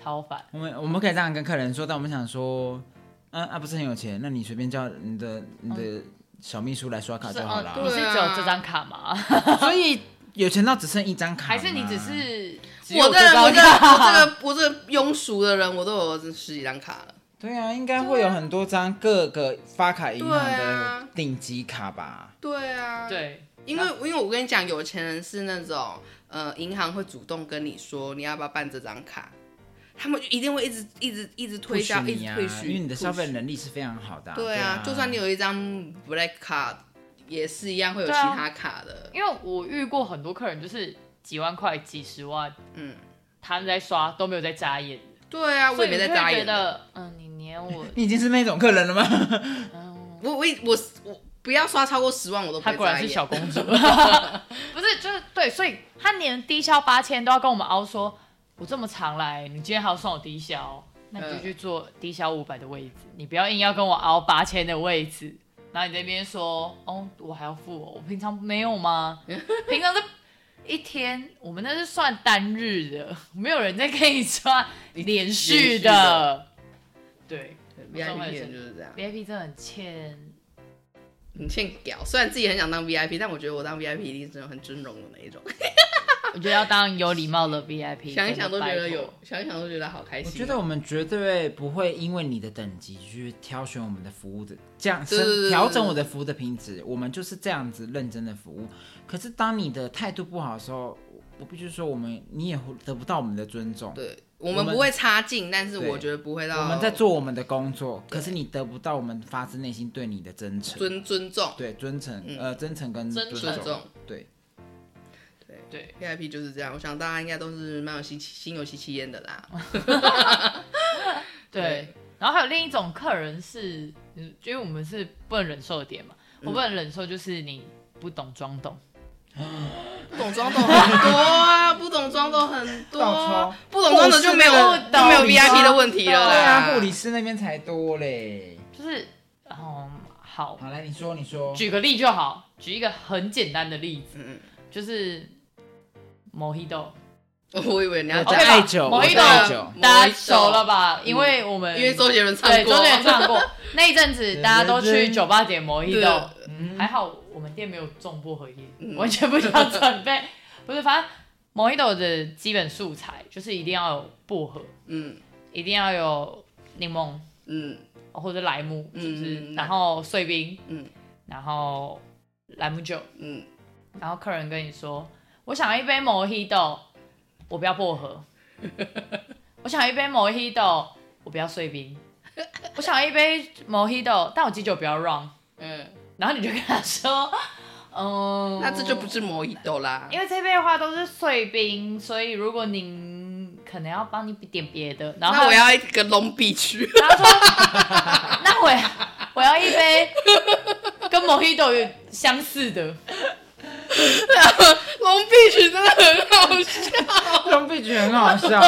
Speaker 2: 超烦。
Speaker 3: 我们我们可以这样跟客人说，但我们想说，嗯啊不是很有钱，那你随便叫你的你
Speaker 1: 哦
Speaker 3: 的小秘书来刷卡
Speaker 2: 就是
Speaker 3: 就好
Speaker 2: 嗯，
Speaker 3: 了
Speaker 2: 你
Speaker 1: 对
Speaker 3: 啊。
Speaker 2: 是只有这张卡吗？
Speaker 1: 啊
Speaker 3: 所以有钱到只剩一张卡吗，
Speaker 2: <laughs> 还是你只是只有
Speaker 1: 我这
Speaker 2: 这张
Speaker 1: 我这
Speaker 2: 卡
Speaker 1: 我这个 <laughs> 我这个庸俗的人，我都有十几张卡了。
Speaker 3: 对啊，应该会有很多张各个发卡银行
Speaker 1: 对
Speaker 3: 的
Speaker 1: 啊
Speaker 3: 顶级卡吧？
Speaker 1: 对
Speaker 2: <laughs>
Speaker 1: 啊，，
Speaker 2: 对
Speaker 1: 因为因为我跟你讲，有钱人是那种呃，银行会主动跟你说你要不要办这张卡，他们一定会一直一直一直推销，
Speaker 3: push
Speaker 1: 一
Speaker 3: 你
Speaker 1: 直
Speaker 3: 啊
Speaker 1: 推，许，
Speaker 3: 因为你的消费
Speaker 1: push
Speaker 3: 能力是非常好的啊。
Speaker 1: 对啊，就算你有一张 black card，也是一样会有其
Speaker 2: 对啊
Speaker 1: 他卡的。
Speaker 2: 因为我遇过很多客人，就是几万块、几十万，
Speaker 1: 嗯，
Speaker 2: 他们在刷都没有在眨眼，
Speaker 1: 对啊，我
Speaker 2: 所以
Speaker 1: 也没
Speaker 2: 你
Speaker 1: 在
Speaker 2: 就会
Speaker 1: 眨
Speaker 2: 觉
Speaker 1: 眼的。
Speaker 2: 得，嗯，你连我，
Speaker 3: 你已经是那种客人了吗？
Speaker 2: 嗯，
Speaker 1: 我我我我不要刷超过十万，我都不
Speaker 2: 她
Speaker 1: 会
Speaker 2: 果然
Speaker 1: 眨
Speaker 2: 是
Speaker 1: 眼。
Speaker 2: 小公主，不是就是对，所以她连低消八千都要跟我们凹说，我这么常来，你今天还要算我低消，那你就去做低消五百的位置，你不要硬要跟我凹八千的位置，然后你这边说，哦，我还要付哦，我平常没有吗？平常是一天，我们那是算单日的，没有人在给你算连续
Speaker 1: 连续的
Speaker 2: 对
Speaker 1: 对 VIP
Speaker 2: 我懂
Speaker 1: 店就是这样。
Speaker 2: ，VIP 真的很欠。
Speaker 1: 你欠屌。虽然自己很想当 VIP，但我觉得我当 VIP 一定是很尊荣的那一种。
Speaker 2: 我觉得要当有礼貌的 VIP，
Speaker 1: 想一
Speaker 2: 真
Speaker 1: 想都
Speaker 2: 的
Speaker 1: 觉得
Speaker 2: 拜托
Speaker 1: 有，想一想都觉得好开
Speaker 3: 我
Speaker 1: 心。啊
Speaker 3: 觉得我们绝对不会因为你的等级去挑选我们的服务的这样
Speaker 1: 对对对
Speaker 3: 是
Speaker 1: 对
Speaker 3: 调整我的服务的品质，我们就是这样子认真的服务。可是当你的态度不好的时候，我我必须说我们你也得不到我们的尊重。
Speaker 1: 对，我
Speaker 3: 我
Speaker 1: 们
Speaker 3: 们
Speaker 1: 不会差劲，但是
Speaker 3: 对
Speaker 1: 我觉得不会到
Speaker 3: 我们在做我们的工作，可是你得不到我们发自内心对你的真诚，
Speaker 1: 尊尊重、
Speaker 3: 对尊诚，
Speaker 1: 嗯
Speaker 3: 呃，真诚跟
Speaker 2: 真诚
Speaker 3: 重
Speaker 1: 尊重。
Speaker 3: 对，
Speaker 2: 对，
Speaker 1: VIP 就是这样，我想大家应该都是蛮有新奇心有戚戚焉的啦。
Speaker 2: 对，然后还有另一种客人是，嗯，因为我们是不能忍受的点嘛，
Speaker 1: 嗯
Speaker 2: 我不能忍受就是你不懂装懂，
Speaker 1: 不懂装懂很多啊，不懂装懂很多
Speaker 3: 倒抽
Speaker 1: 啊，不懂装懂就没有
Speaker 2: 不懂
Speaker 1: 就没有
Speaker 2: 装
Speaker 1: VIP 的问题了
Speaker 3: 哦对啊，
Speaker 1: 啦。
Speaker 3: 护理师那边才多嘞。
Speaker 2: 就是，嗯，好，
Speaker 3: 好，来你说，你说，
Speaker 2: 举个例就好，举一个很简单的例子，
Speaker 1: 嗯，
Speaker 2: 就是。Mojito，
Speaker 1: 我以为你要
Speaker 3: 我
Speaker 1: 讲
Speaker 3: 在，爱酒我在爱酒
Speaker 2: Mojito，大家熟了吧？
Speaker 1: 嗯
Speaker 2: 因为我们
Speaker 1: 因为周杰伦唱
Speaker 2: 对
Speaker 1: 过，
Speaker 2: 周杰伦唱
Speaker 1: <laughs>
Speaker 2: 过那一阵子，大家都去酒吧点 Mojito，
Speaker 1: 对嗯
Speaker 3: 嗯
Speaker 2: 还好我们店没有重薄荷叶，完全不需要准备。 <laughs> 不是，反正 Mojito 的基本素材就是一定要有薄荷，
Speaker 1: 嗯
Speaker 2: 一定要有柠檬
Speaker 1: 嗯
Speaker 2: 或者莱姆，就
Speaker 1: 嗯
Speaker 2: 是、
Speaker 1: 嗯
Speaker 2: 然后碎冰，
Speaker 1: 嗯
Speaker 2: 然后莱姆酒，
Speaker 1: 嗯，
Speaker 2: 然后客人跟你说，我想要一杯 Mojito，我不要薄荷； <laughs> 我想要一杯 Mojito，我不要碎冰；我想要一杯 Mojito，但我基酒不要 rum。
Speaker 1: 嗯，
Speaker 2: 然后你就跟他说，嗯，
Speaker 1: 那这就不是魔芋豆啦。
Speaker 2: 因为这边的话都是碎冰，所以如果您可能要帮你点别的，然后
Speaker 1: 那我，要一个 Long Beach， <laughs>
Speaker 2: 他说，那我要我要一杯跟 Mojito 有相似的，
Speaker 1: ，Long Beach 真的很好笑。
Speaker 3: 装备觉得很好笑。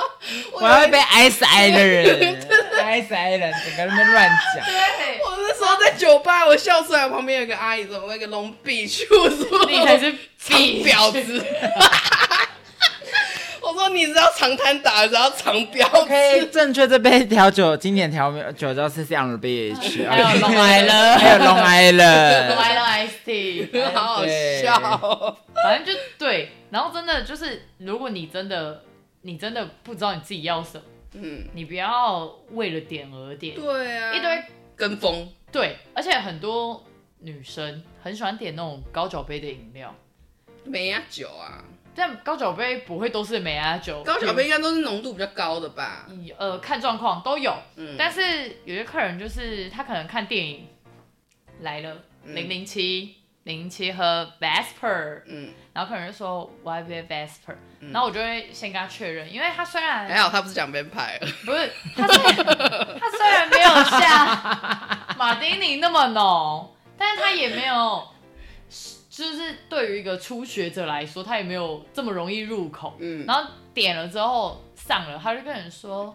Speaker 3: <laughs> 我要一杯 S I 的 <laughs> 人，S I 人，整个人在那边乱讲。
Speaker 2: 对，
Speaker 1: 我那时候在酒吧，我笑出来，旁边有个阿姨怎么那个 Long Beach，我说
Speaker 2: 你才是
Speaker 1: 长婊子。 <laughs> 我说你是要长滩打，还是要长婊子
Speaker 3: OK，正确这杯调酒，经典调酒叫是 Sound Beach，
Speaker 2: 还有 Long Island
Speaker 3: 还有 <laughs> Long Island，
Speaker 2: 来了 Ice Tea，
Speaker 1: 好好笑哦。
Speaker 2: 反正就对，然后真的就是，如果你真的你真的不知道你自己要什么，
Speaker 1: 嗯，
Speaker 2: 你不要为了点而点，
Speaker 1: 对啊，
Speaker 2: 一堆
Speaker 1: 跟风，
Speaker 2: 对，而且很多女生很喜欢点那种高脚杯的饮料，
Speaker 1: 梅亚酒啊，
Speaker 2: 但高脚杯不会都是美亚酒，
Speaker 1: 高小杯应该都是浓度比较高的吧？
Speaker 2: 有呃看状况都有，
Speaker 1: 嗯，
Speaker 2: 但是有些客人就是他可能看电影来了，零零七零七喝 Vesper，
Speaker 1: 嗯，
Speaker 2: 然后客人就说我要一杯 Vesper，、然后我就会先跟他确认，因为他虽然
Speaker 1: 还好他不是讲 <laughs> vampire，
Speaker 2: 不是，它虽 <laughs> 然它虽然没有像马丁尼那么浓，但是它也没有，就是对于一个初学者来说，它也没有这么容易入口。
Speaker 1: 嗯
Speaker 2: 然后点了之后上了，他就跟人说：“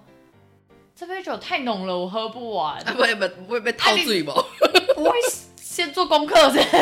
Speaker 2: 这杯酒太浓了，我喝不 <laughs> 完。
Speaker 1: 啊不会被不会被套醉不？
Speaker 2: 不会先做功课是不是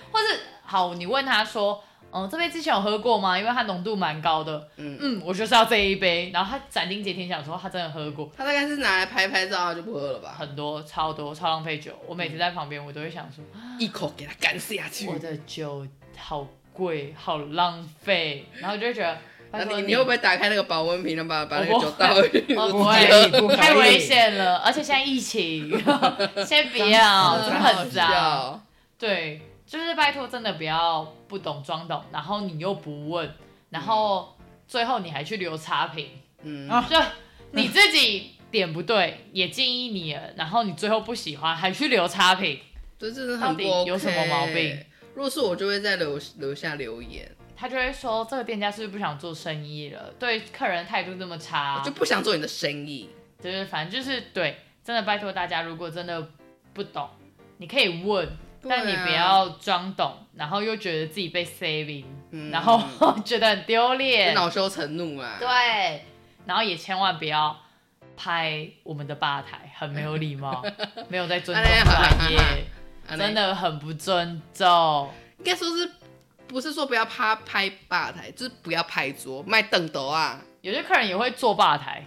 Speaker 2: <laughs> 或是好，你问他说。嗯，这杯之前有喝过吗？因为它浓度蛮高的。
Speaker 1: 嗯
Speaker 2: 嗯嗯，我就是要这一杯。然后他斩钉截铁想说，他真的喝过。
Speaker 1: 他大概是拿来拍拍照他就不喝了吧？
Speaker 2: 很多超多超浪费酒，我每次在旁边我都会想说，啊
Speaker 1: 一口给他干下去。
Speaker 2: 我的酒好贵，好浪费，然后就会觉得，
Speaker 1: 那
Speaker 2: 拜托
Speaker 1: 你你会不会打开那个保温瓶，然后把把那个酒倒进去？
Speaker 2: 哦，
Speaker 1: 我
Speaker 2: 不
Speaker 3: 不可以不
Speaker 2: 会，
Speaker 3: 可以
Speaker 2: 太危险了，而且现在疫情， <laughs> 先不
Speaker 1: <laughs>
Speaker 2: 要，真的很脏。
Speaker 1: 笑。
Speaker 2: 对，就是拜托，真的不要不懂装懂，然后你又不问，然后最后你还去留差评，
Speaker 1: 嗯，
Speaker 3: 啊
Speaker 2: 就你自己点不对，也建议你了，然后你最后不喜欢，还去留差评。
Speaker 1: 这真的
Speaker 2: 到
Speaker 1: 很
Speaker 2: 底
Speaker 1: 不 OK。
Speaker 2: 有什么毛病？
Speaker 1: 如果是我，就会在留留下留言，
Speaker 2: 他就会说这个店家是不是不想做生意了？对客人态度这么差，
Speaker 1: 就不想做你的生意。
Speaker 2: 就是反正就是对，真的拜托大家，如果真的不懂，你可以问，
Speaker 1: 对啊
Speaker 2: 但你不要装懂，然后又觉得自己被 saving，、
Speaker 1: 嗯
Speaker 2: 然后觉得很丢
Speaker 1: 就
Speaker 2: 脸，
Speaker 1: 恼羞成怒啊！
Speaker 2: 对，然后也千万不要拍我们的吧台，很没有礼
Speaker 1: <laughs>
Speaker 2: 貌，没有在尊重
Speaker 1: 哎
Speaker 2: 专业，
Speaker 1: 啊，
Speaker 2: 真
Speaker 1: 那
Speaker 2: 的很不尊重。
Speaker 1: 应该说是不是说不要趴拍吧台，就是不要拍桌卖凳斗啊？
Speaker 2: 有些客人也会坐吧台，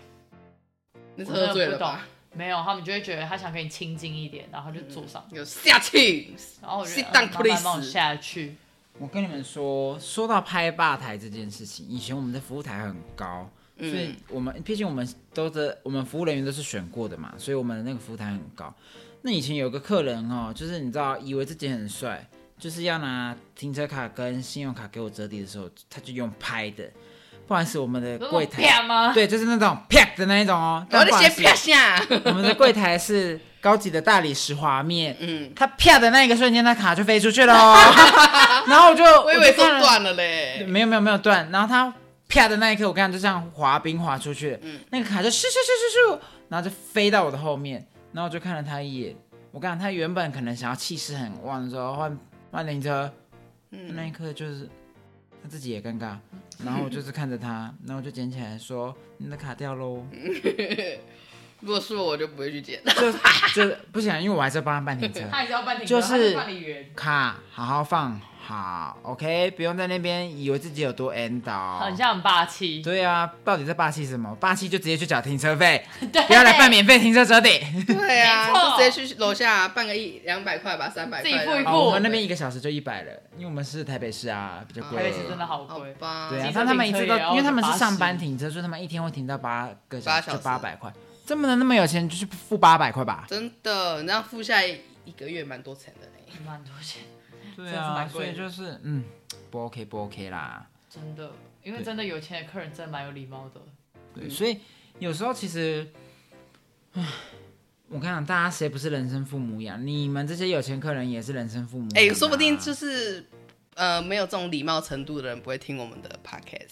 Speaker 1: 你是
Speaker 2: 我真的
Speaker 1: 喝醉了
Speaker 2: 不懂
Speaker 1: 吧？
Speaker 2: 没有，他们就会觉得他想跟你亲近一点，然后就坐上，
Speaker 1: 有下去，
Speaker 2: 然后我就
Speaker 1: Sit
Speaker 2: 嗯
Speaker 1: down,
Speaker 2: 麻烦帮我
Speaker 1: please
Speaker 2: 下去。
Speaker 3: 我跟你们说，说到拍吧台这件事情，以前我们的服务台很高，
Speaker 1: 嗯
Speaker 3: 所以我们毕竟我们都是我们服务人员都是选过的嘛，所以我们的那个服务台很高。那以前有个客人哦，就是你知道，以为自己很帅，就是要拿停车卡跟信用卡给我折抵的时候，他就用拍的。不好意思，我们的
Speaker 2: 不是
Speaker 3: 柜
Speaker 2: 啪
Speaker 3: 台
Speaker 2: 吗
Speaker 3: 对，就是那种啪的那一种哦。
Speaker 1: 我
Speaker 3: 但
Speaker 1: 的
Speaker 3: 不好意
Speaker 1: 鞋
Speaker 3: 思
Speaker 1: 啪下，
Speaker 3: 我们的柜台是高级的大理石滑面，
Speaker 1: 嗯
Speaker 3: 嗯，它啪的那一个瞬间，它卡就飞出去
Speaker 1: <laughs>
Speaker 3: 了哦。然后我就
Speaker 1: 我以为
Speaker 3: 就
Speaker 1: 都
Speaker 3: 看了
Speaker 1: 断了嘞。
Speaker 3: 没有没有没有断，然后它啪的那一刻，我刚刚就像滑冰滑出去，
Speaker 1: 嗯
Speaker 3: 那个卡就咻咻咻咻咻，然后就飞到我的后面，然后我就看了他一眼。我刚他原本可能想要气势很旺的时候换换停车，
Speaker 1: 嗯
Speaker 3: 那一刻就是他自己也尴尬，然后我就是看着他，
Speaker 1: 嗯
Speaker 3: 然后我就捡起来说：“你的卡掉喽。”
Speaker 1: 如果是我，我就不会
Speaker 2: <laughs>
Speaker 1: 去捡。
Speaker 3: 就就不行，因为我还是要帮他办停车。
Speaker 2: 他也是要办停车，
Speaker 3: 就是
Speaker 2: 他是办理员，
Speaker 3: 卡好好放好，OK，不用在那边以为自己有多 end 到。
Speaker 2: 很像很霸气。
Speaker 3: 对啊，到底在霸气什么？霸气就直接去缴停车费，
Speaker 2: <laughs> 对，
Speaker 3: 不要来办免费停车折抵。
Speaker 1: 对啊，
Speaker 2: 没错
Speaker 1: 就直接去楼下办个一两百块吧，三百块
Speaker 2: 自己付一付
Speaker 1: 这样
Speaker 3: 哦，我们那边一个小时就一百了，因为我们是台北市啊，比较贵。
Speaker 2: 台北市真的好
Speaker 1: 好
Speaker 2: 贵，
Speaker 1: 吧？
Speaker 3: 对啊
Speaker 2: 机，车
Speaker 3: 但他们一次
Speaker 2: 停车
Speaker 3: 都
Speaker 2: 也要
Speaker 3: 因为他们是
Speaker 2: 80
Speaker 3: 上班停车，所以他们一天会停到八个
Speaker 1: 八小
Speaker 3: 小时，
Speaker 1: 时
Speaker 3: 就八百块。这么能那么有钱，就是付八百块吧。
Speaker 1: 真的，你这样付下来一个月蛮多钱的
Speaker 3: 嗯
Speaker 1: 嘞。
Speaker 2: 蛮多钱，
Speaker 3: 对啊
Speaker 2: 真的是蛮
Speaker 3: 所
Speaker 2: 贵的
Speaker 3: 以就是嗯，不 OK 不 OK 啦。
Speaker 2: 真的，因为真的有钱的客人真的蛮有礼貌的。
Speaker 1: 嗯
Speaker 3: 对，所以有时候其实，唉，我跟你讲，大家谁不是人生父母养？你们这些有钱客人也是人生父母养的啊。
Speaker 1: 哎、说不定就是呃没有这种礼貌程度的人不会听我们的 podcast。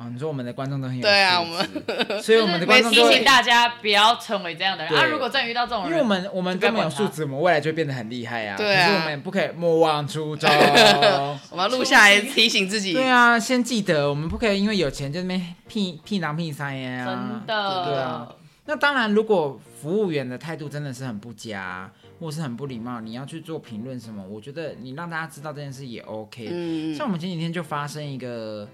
Speaker 3: 哦，你说我们的观众都很有
Speaker 1: 对啊
Speaker 3: 素质所以
Speaker 2: 就
Speaker 3: 我
Speaker 2: 是
Speaker 3: 们的
Speaker 1: 没
Speaker 3: 观众
Speaker 2: 提
Speaker 3: 都
Speaker 2: 醒
Speaker 3: 会，
Speaker 2: 大家不要成为这样的人
Speaker 3: 对
Speaker 2: 啊！如果真的遇到这种
Speaker 3: 因
Speaker 2: 人，
Speaker 3: 为我们我们
Speaker 2: 就不要
Speaker 3: 这么有
Speaker 2: 管他
Speaker 3: 素质，我们未来就会变得很厉害啊。
Speaker 1: 对
Speaker 3: 可
Speaker 1: 啊
Speaker 3: 是我们也不可以莫忘初
Speaker 1: <laughs>
Speaker 3: 衷。
Speaker 1: 我们要录下来提醒自己。
Speaker 3: 对啊，先记得我们不可以因为有钱就那边屁屁囊屁塞啊呀。
Speaker 2: 啊真的，
Speaker 3: 对啊那当然，如果服务员的态度真的是很不佳，或是很不礼貌，你要去做评论什么，我觉得你让大家知道这件事也 OK。
Speaker 1: 嗯，
Speaker 3: 像我们前几天就发生一个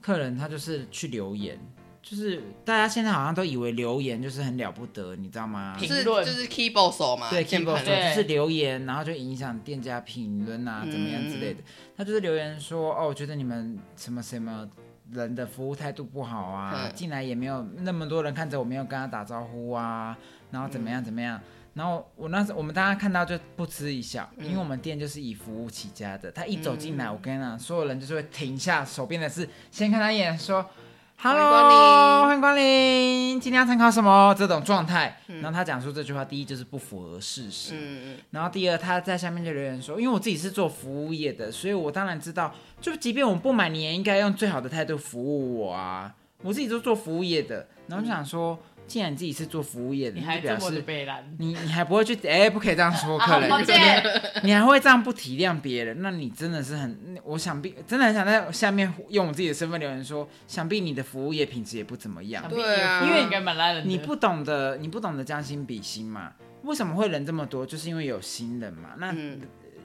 Speaker 3: 客人，他就是去留言，就是大家现在好像都以为留言就是很了不得，你知道吗？
Speaker 2: 评
Speaker 1: 是
Speaker 2: 论
Speaker 1: 就是 keyboard 手嘛，
Speaker 3: 对
Speaker 1: 键
Speaker 3: keyboard
Speaker 1: 盘
Speaker 3: 手
Speaker 1: 手
Speaker 2: 对
Speaker 3: 就是留言，然后就影响店家评论啊，怎么样之
Speaker 1: 嗯
Speaker 3: 类的。他就是留言说，哦，我觉得你们什么什么。人的服务态度不好啊
Speaker 1: 嗯，
Speaker 3: 进来也没有那么多人看着我，没有跟他打招呼啊，然后怎么
Speaker 1: 嗯
Speaker 3: 样怎么样，然后我那时我们大家看到就不嗤一笑，因为
Speaker 1: 嗯
Speaker 3: 我们店就是以服务起家的。他一走进来，我跟你讲，所有人就是会停下手边的事，先看他一眼，说
Speaker 1: 迎
Speaker 3: “Hello，
Speaker 1: 光临
Speaker 3: 欢迎光临，今天要参考什么？”这种状态。然后他讲出这句话，第一就是不符合事实，
Speaker 1: 嗯，
Speaker 3: 然后第二他在下面就留言说：“因为我自己是做服务业的，所以我当然知道，就即便我不买，你也应该用最好的态度服务我啊。我自己都做服务业的。”然后就想说，既然你自己是做服务业的，
Speaker 2: 你
Speaker 3: 那
Speaker 2: 还
Speaker 3: 就
Speaker 2: 这
Speaker 3: 表
Speaker 2: 么的
Speaker 3: 示
Speaker 2: 北蓝
Speaker 3: 你你还不会去哎、不可以这样说
Speaker 2: 啊！<laughs>
Speaker 3: 客人，
Speaker 2: 抱歉，
Speaker 3: 你还会这样不体谅别人，那你真的是很，我想必真的很想在下面用我自己的身份留言说，想必你的服务业品质也不怎么样，
Speaker 1: 对啊
Speaker 2: 因为应该蛮烂人的，
Speaker 3: <laughs> 你不懂得你不懂得将心比心嘛。为什么会人这么多？就是因为有新人嘛。那、
Speaker 2: 嗯
Speaker 1: 嗯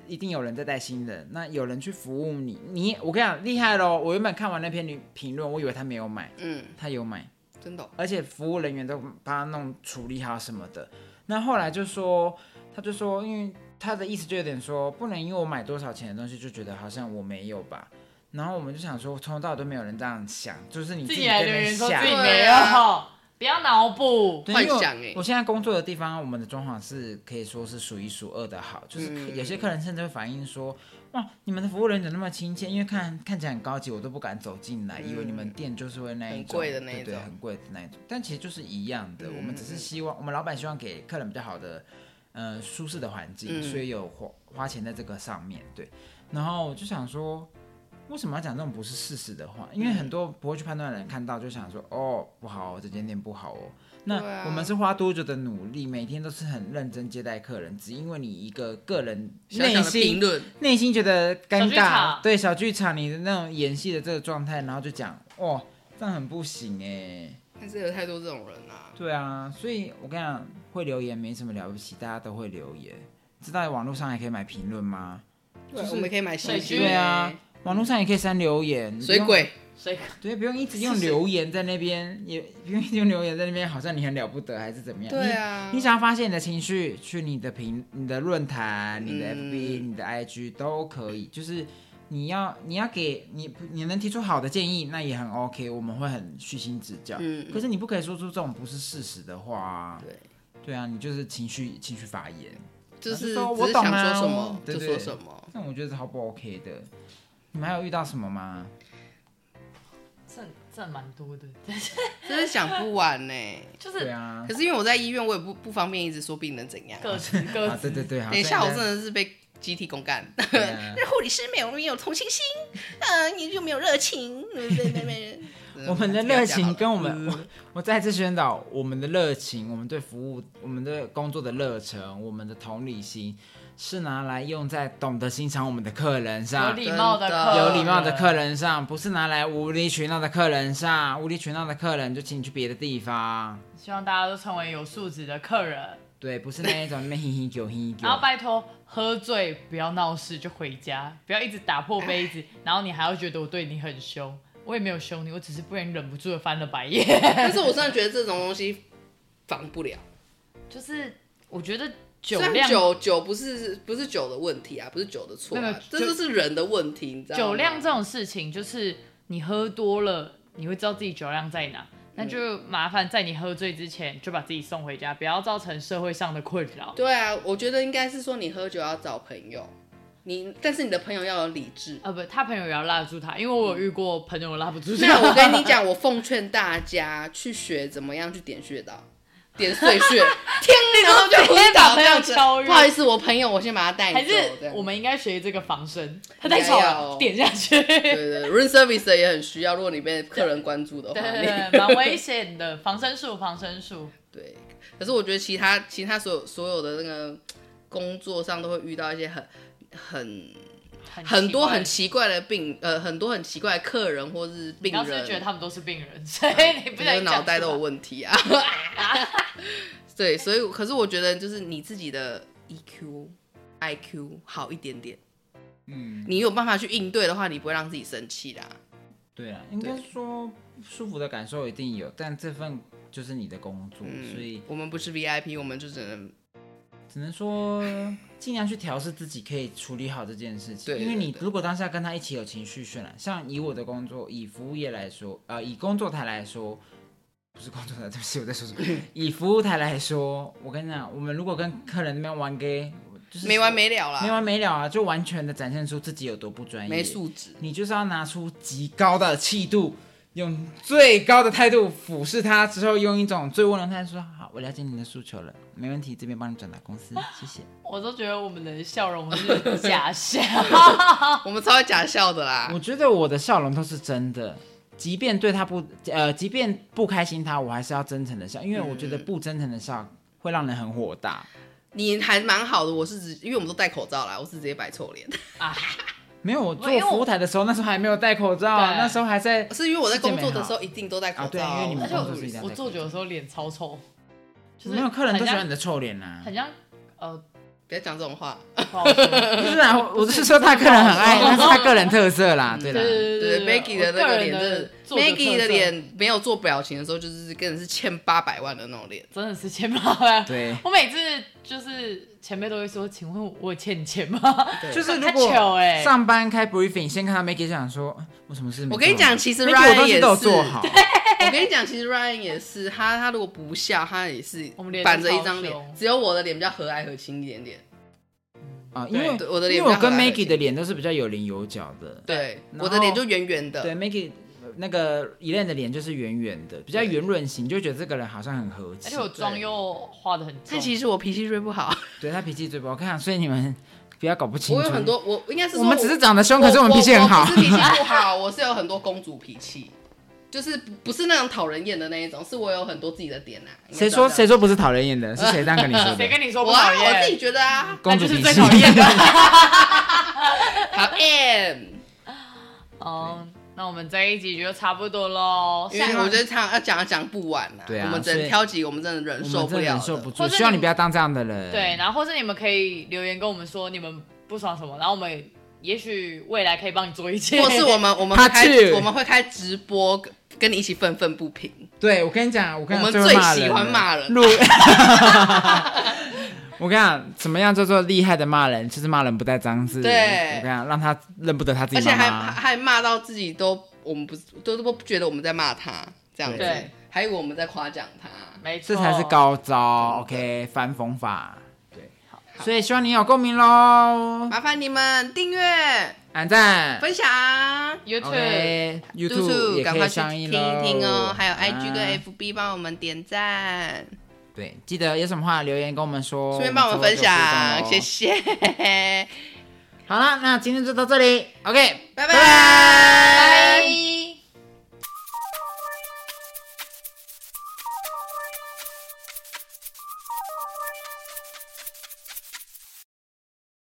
Speaker 3: 一定有人在带新人，那有人去服务你，你我跟你讲厉害咯，我原本看完那篇评评论，我以为他没有买，
Speaker 1: 嗯，
Speaker 3: 他有买。
Speaker 1: 真的哦，
Speaker 3: 而且服务人员都帮他弄处理好什么的。那后来就说，他就说，因为他的意思就有点说，不能因为我买多少钱的东西就觉得好像我没有吧。然后我们就想说，从头到尾都没有人这样想，就是你
Speaker 2: 自
Speaker 3: 己
Speaker 2: 己
Speaker 3: 在
Speaker 2: 来
Speaker 3: 那
Speaker 2: 留
Speaker 3: 边
Speaker 2: 言说
Speaker 3: 想
Speaker 2: 自己
Speaker 1: 对
Speaker 2: 没有
Speaker 1: 啊，
Speaker 2: 不要脑补。
Speaker 3: 对
Speaker 1: 幻
Speaker 3: 因为我
Speaker 1: 想欸
Speaker 3: 我现在工作的地方，我们的装潢是可以说是数一数二的好，就是
Speaker 1: 嗯
Speaker 3: 有些客人甚至会反映说，哇，你们的服务人员怎么那么亲切？因为看看起来很高级，我都不敢走进来，以为你们店就是会那一种
Speaker 1: 很贵的那一
Speaker 3: 对对
Speaker 1: 种嗯
Speaker 3: 很贵的那一种。但其实就是一样的，我们只是希望我们老板希望给客人比较好的，呃，舒适的环境，
Speaker 1: 嗯
Speaker 3: 所以有花花钱在这个上面，对。然后我就想说，为什么要讲这种不是事实的话？因为很多不会去判断的人看到就想说，哦，不好、哦，这间店不好哦。
Speaker 1: 对啊
Speaker 3: 那我们是花多久的努力，每天都是很认真接待客人，只因为你一个个人
Speaker 1: 小
Speaker 3: 内
Speaker 1: 小的评
Speaker 3: 心
Speaker 1: 论，
Speaker 3: 内心觉得尴
Speaker 2: 小剧
Speaker 3: 尬，
Speaker 2: 场
Speaker 3: 对小剧场你的那种演戏的这个状态，然后就讲，哦，这样很不行哎。
Speaker 1: 但是有太多这种人啊。
Speaker 3: 对啊，所以我跟你讲，会留言没什么了不起，大家都会留言。知道网络上还可以买评论吗？
Speaker 1: 对，我们可以买
Speaker 2: 水军
Speaker 1: 星星，
Speaker 3: 对啊，，网络上也可以删留言，
Speaker 1: 水鬼，
Speaker 2: 所以
Speaker 3: 对，不用一直用留言在那边，也 <laughs> 不用一直用留言在那边，好像你很了不得还是怎么样？
Speaker 1: 对啊
Speaker 3: 你你想要发泄你的情绪，去你的平、你的论坛、你的
Speaker 1: 嗯
Speaker 3: FB、你的 IG 都可以，就是。你要你要给你你能提出好的建议，那也很 OK，我们会很虚心指教。
Speaker 1: 嗯
Speaker 3: 可是你不可以说出这种不是事实的话、啊。
Speaker 1: 对，
Speaker 3: 对啊，你就是情绪情绪发言，
Speaker 1: 就
Speaker 3: 老实
Speaker 1: 是
Speaker 3: 说
Speaker 1: 只
Speaker 3: 我
Speaker 1: 是
Speaker 3: 懂
Speaker 1: 想说
Speaker 3: 啊
Speaker 1: 什
Speaker 3: 我
Speaker 1: 么
Speaker 3: 对
Speaker 1: 就
Speaker 3: 对
Speaker 1: 说什么。
Speaker 3: 那我觉得超不 OK 的。你们还有遇到什么吗？
Speaker 2: 这这蛮多的，
Speaker 1: 真的想不完呢、欸
Speaker 2: 就
Speaker 3: 对
Speaker 2: 是
Speaker 3: 啊，
Speaker 1: 可是因为我在医院，我也不不方便一直说病人怎样。
Speaker 2: 各自各
Speaker 3: 啊，
Speaker 2: 自
Speaker 3: 对对对，好
Speaker 1: 等一下，我
Speaker 3: 现
Speaker 1: 真
Speaker 3: 在
Speaker 1: 的是被集体公干。
Speaker 3: 对啊
Speaker 1: 那护理师没有没有同情
Speaker 2: <laughs>
Speaker 1: 心，呃，你就没有热情，对对对对。
Speaker 3: <laughs> 我们的热情跟我们，
Speaker 1: 嗯
Speaker 3: <laughs> 我我再次宣导，我们的热情，我们对服务、我们对工作的热忱，我们的同理心，是拿来用在懂得欣赏我们的客人
Speaker 2: 有
Speaker 3: 上，
Speaker 2: 礼貌的
Speaker 1: 真
Speaker 2: 客
Speaker 1: 的
Speaker 2: 人，
Speaker 3: 啊有礼貌的客人上，不是拿来无理取闹的客人上，无理取闹的客人就请你去别的地方。
Speaker 2: 希望大家都成为有素质的客人，
Speaker 3: 对，不是那一种那边嘿嘿狗嘿嘿 <laughs>
Speaker 2: 然后
Speaker 3: 狗。
Speaker 2: 拜托喝醉不要闹事就回家，不要一直打破杯子，然后你还要觉得我对你很凶，我也没有凶你，我只是不然忍不住的翻了白眼。 <laughs>
Speaker 1: 但是我真的觉得这种东西防不了。
Speaker 2: 就是我觉得酒
Speaker 1: 虽然
Speaker 2: 量
Speaker 1: 酒酒不是不是酒的问题啊，不是酒的错、
Speaker 2: 没有
Speaker 1: 啊，这
Speaker 2: 酒
Speaker 1: 就是人的问题，你知道吗？
Speaker 2: 酒量这种事情，就是你喝多了，你会知道自己酒量在哪，那就麻烦在你喝醉之前就把自己送回家，不要造成社会上的困扰。
Speaker 1: 对啊，我觉得应该是说你喝酒要找朋友，你但是你的朋友要有理智。
Speaker 2: 啊不，他朋友也要拉得住他，因为我有遇过朋友拉不住
Speaker 1: 那
Speaker 2: 他。
Speaker 1: 我跟你讲，我奉劝大家去学怎么样去点穴道，点碎穴，听然后就昏倒这样子。
Speaker 2: 敲晕
Speaker 1: 不好意思，我朋友，我先把他带
Speaker 2: 还
Speaker 1: 走。这
Speaker 2: 是
Speaker 1: 样
Speaker 2: 我们应该学这个防身，他
Speaker 1: 应该
Speaker 2: 太吵
Speaker 1: 要
Speaker 2: 了，
Speaker 1: 哦
Speaker 2: 点下去。
Speaker 1: 对
Speaker 2: 对
Speaker 1: 对对，room service 也很需要。如果你被客人关注的话，
Speaker 2: 对
Speaker 1: 你
Speaker 2: 对，蛮危险的，防身术，防身术。
Speaker 1: 对，可是我觉得其他其他所有所有的那个工作上都会遇到一些很很很多很
Speaker 2: 奇
Speaker 1: 奇怪的病，呃，很多很奇怪的客人或是
Speaker 2: 怪，你
Speaker 1: 病
Speaker 2: 刚是觉得
Speaker 1: 人，
Speaker 2: 他们都是病人，所以你不想
Speaker 1: 我觉得
Speaker 2: 讲
Speaker 1: 脑袋都有
Speaker 2: 出来
Speaker 1: 问题
Speaker 2: <laughs>
Speaker 1: 啊。对，所以可是我觉得就是你自己的 E EQ、IQ 好一点点，
Speaker 3: 嗯，
Speaker 1: 你有办法去应对的话，你不会让自己生气啦。
Speaker 3: 对啊，应该说舒服的感受一定有，但这份就是你的工作，
Speaker 1: 嗯，
Speaker 3: 所以
Speaker 1: 我们不是 VIP，我们就只能
Speaker 3: 只能说尽量去调试自己，可以处理好这件事情。
Speaker 1: 对
Speaker 3: 因为你
Speaker 1: 对对
Speaker 3: 如果当下跟他一起有情绪渲染，像以我的工作，以服务业来说，呃，以工作台来说，不是工作台，对不起，我
Speaker 1: <laughs>
Speaker 3: 在说什么？以服务台来说，我跟你讲，我们如果跟客人那边玩 gay，就是
Speaker 1: 没完没了啦，
Speaker 3: 没完没了啊，就完全的展现出自己有多不专业，
Speaker 1: 没素质。
Speaker 3: 你就是要拿出极高的气度，用最高的态度俯视他，之后用一种最温柔的态度说：“好，我了解你的诉求了，没问题，这边帮你转达公司，谢谢。
Speaker 2: 我都觉得我们的笑容是假笑，哦
Speaker 1: 我们超会假笑的”啦
Speaker 3: <laughs> 我，觉得我的笑容都是真的，即便对他不呃，即便不开心他，我还是要真诚的笑，因为我觉得不真诚的笑会让人很火大。
Speaker 1: 你还蛮好的。我是直，因为我们都戴口罩啦，我是直接摆臭脸。
Speaker 3: 没有，我做
Speaker 2: 因为我
Speaker 3: 服务台的时候，那时候还没有戴口罩，啊
Speaker 2: 对
Speaker 3: 那时候还在。
Speaker 1: 是因为我在工作的时候一定都戴口罩、
Speaker 3: 啊对因为你们
Speaker 1: 我
Speaker 2: 而且
Speaker 1: 是
Speaker 3: 工作是一
Speaker 2: 我
Speaker 3: 定要
Speaker 2: 我
Speaker 3: 戴
Speaker 2: 做酒的时候脸超臭，就是
Speaker 3: 没有客人
Speaker 2: 很
Speaker 3: 都喜欢
Speaker 2: 像
Speaker 3: 你的臭脸啊呐、
Speaker 2: 很像呃，
Speaker 1: 不要讲这种话。
Speaker 2: 不好说
Speaker 3: 不是啊，我我是说他个人很爱，那是他个人特色啦，对啦。
Speaker 2: 对
Speaker 1: 对 b e
Speaker 2: 对
Speaker 1: g g i 的那个脸真的，Maggie 的，
Speaker 2: 我个人做特色
Speaker 1: 脸没有做表情的时候，就是跟人是欠八百万的那种脸。
Speaker 2: 真的是欠八万。
Speaker 3: 对
Speaker 2: <laughs> 我每次就是前辈都会说，请问我有欠你钱
Speaker 1: <laughs>
Speaker 2: 吗？
Speaker 3: 就是如
Speaker 2: 他糗
Speaker 3: 果
Speaker 2: 欸
Speaker 3: 上班开 briefing，先看到 Maggie 就想说，嗯我什么事没做好？
Speaker 1: 我跟你讲其实
Speaker 3: Maggie 我
Speaker 1: Ryan
Speaker 3: 东西都有
Speaker 1: 也是
Speaker 3: 做好，
Speaker 1: 我跟你讲，其实 Ryan 也是，他他如果不笑，他也是
Speaker 2: 我们脸
Speaker 1: 板着一张
Speaker 2: 超
Speaker 1: 脸，
Speaker 2: 凶
Speaker 1: 只有我的脸比较和蔼和亲一点点。
Speaker 3: 啊，因为
Speaker 1: 对我的脸
Speaker 3: 因为我跟
Speaker 1: 比较好
Speaker 3: Maggie 的脸都是比较有棱有角的，
Speaker 1: 对，
Speaker 3: 然后
Speaker 1: 我的脸就圆圆的。
Speaker 3: 对 Maggie 呃那个 Elaine 的脸就是圆圆的，比较圆润型，就觉得这个人好像很和
Speaker 2: 而
Speaker 3: 气
Speaker 2: 且。我妆又化的很重
Speaker 1: 但，其实我脾气最不好，
Speaker 3: 对他脾气最不好看，所以你们不要搞不清楚。
Speaker 1: 我有很，多，我应该是说
Speaker 3: 我们只是长得凶，可是我们脾气很好
Speaker 1: 我。不是脾气不好，我是有很多公主脾气，就是不不是那种讨人厌的那一种，是我有很多自己的点啊。应该
Speaker 3: 谁
Speaker 1: 这样
Speaker 3: 说
Speaker 1: 讲
Speaker 3: 谁？说不是讨人厌的？是谁这样跟
Speaker 1: <laughs>
Speaker 3: 你说
Speaker 2: 谁
Speaker 3: 的？
Speaker 2: 跟你说不
Speaker 1: 我
Speaker 2: 讨
Speaker 1: 啊，我自己
Speaker 2: 厌？
Speaker 1: 觉得啊，
Speaker 3: 公主
Speaker 2: 那就是
Speaker 3: 脾
Speaker 2: 最
Speaker 3: 气
Speaker 2: 讨
Speaker 3: <laughs>
Speaker 2: 厌的。
Speaker 1: 讨厌。
Speaker 2: 嗯，那我们这一集就差不多喽。
Speaker 1: 因为
Speaker 2: 下
Speaker 1: 我觉得常要讲讲不完啊，
Speaker 3: 对啊
Speaker 1: 我们只
Speaker 3: 所以
Speaker 1: 能挑几个我们真的忍
Speaker 3: 我
Speaker 1: 受
Speaker 3: 们
Speaker 1: 不
Speaker 3: 真的
Speaker 1: 了
Speaker 3: 忍
Speaker 1: 的，
Speaker 3: 受不住，
Speaker 2: 或者
Speaker 3: 希望
Speaker 2: 你
Speaker 3: 你不要当这样的人。
Speaker 2: 对，然后或是你们可以留言跟我们说你们不爽什么，然后我们也许未来可以帮你做一件。
Speaker 1: 或是我们我们
Speaker 3: 他
Speaker 1: 会开
Speaker 3: 去
Speaker 1: 我们会开直播，跟跟你一起愤愤不平。
Speaker 3: 对，我跟你讲，我跟你讲
Speaker 1: 我们
Speaker 3: 会骂
Speaker 1: 最喜
Speaker 3: 人
Speaker 1: 欢
Speaker 3: 的
Speaker 1: 骂人
Speaker 3: 路 <laughs> 我跟你讲，怎么样叫做厉害的骂人，就是骂人不带脏字。
Speaker 1: 对
Speaker 3: 我跟你讲，让他认不得他自
Speaker 1: 而
Speaker 3: 己
Speaker 1: 且
Speaker 3: 妈
Speaker 1: 还
Speaker 3: 妈。
Speaker 1: 还骂到自己都，我们不是都都不觉得我们在骂他这样子
Speaker 2: 对，
Speaker 1: 还以为我们在夸奖他。
Speaker 2: 没错，
Speaker 3: 这才是。高招，OK，反讽法。对，所以希望你有共鸣喽，
Speaker 1: 麻烦你们订阅、
Speaker 3: 按赞
Speaker 1: 分享、
Speaker 2: YouTube，
Speaker 3: ，OK，YouTube
Speaker 1: 就是
Speaker 3: 也
Speaker 1: 赶
Speaker 3: 可以
Speaker 1: 快去
Speaker 3: 上
Speaker 1: 听一
Speaker 3: 映咯
Speaker 1: 听哦，还有 IG
Speaker 3: 啊
Speaker 1: 跟 FB 帮我们点赞，
Speaker 3: 对，记得有什么话留言跟哦我们说，
Speaker 1: 顺便帮我们
Speaker 3: 之后
Speaker 1: 分
Speaker 3: 就有互
Speaker 1: 享，
Speaker 3: 动哦
Speaker 1: 谢。谢，
Speaker 3: 好了，那今天就到这里，OK，
Speaker 1: 拜拜。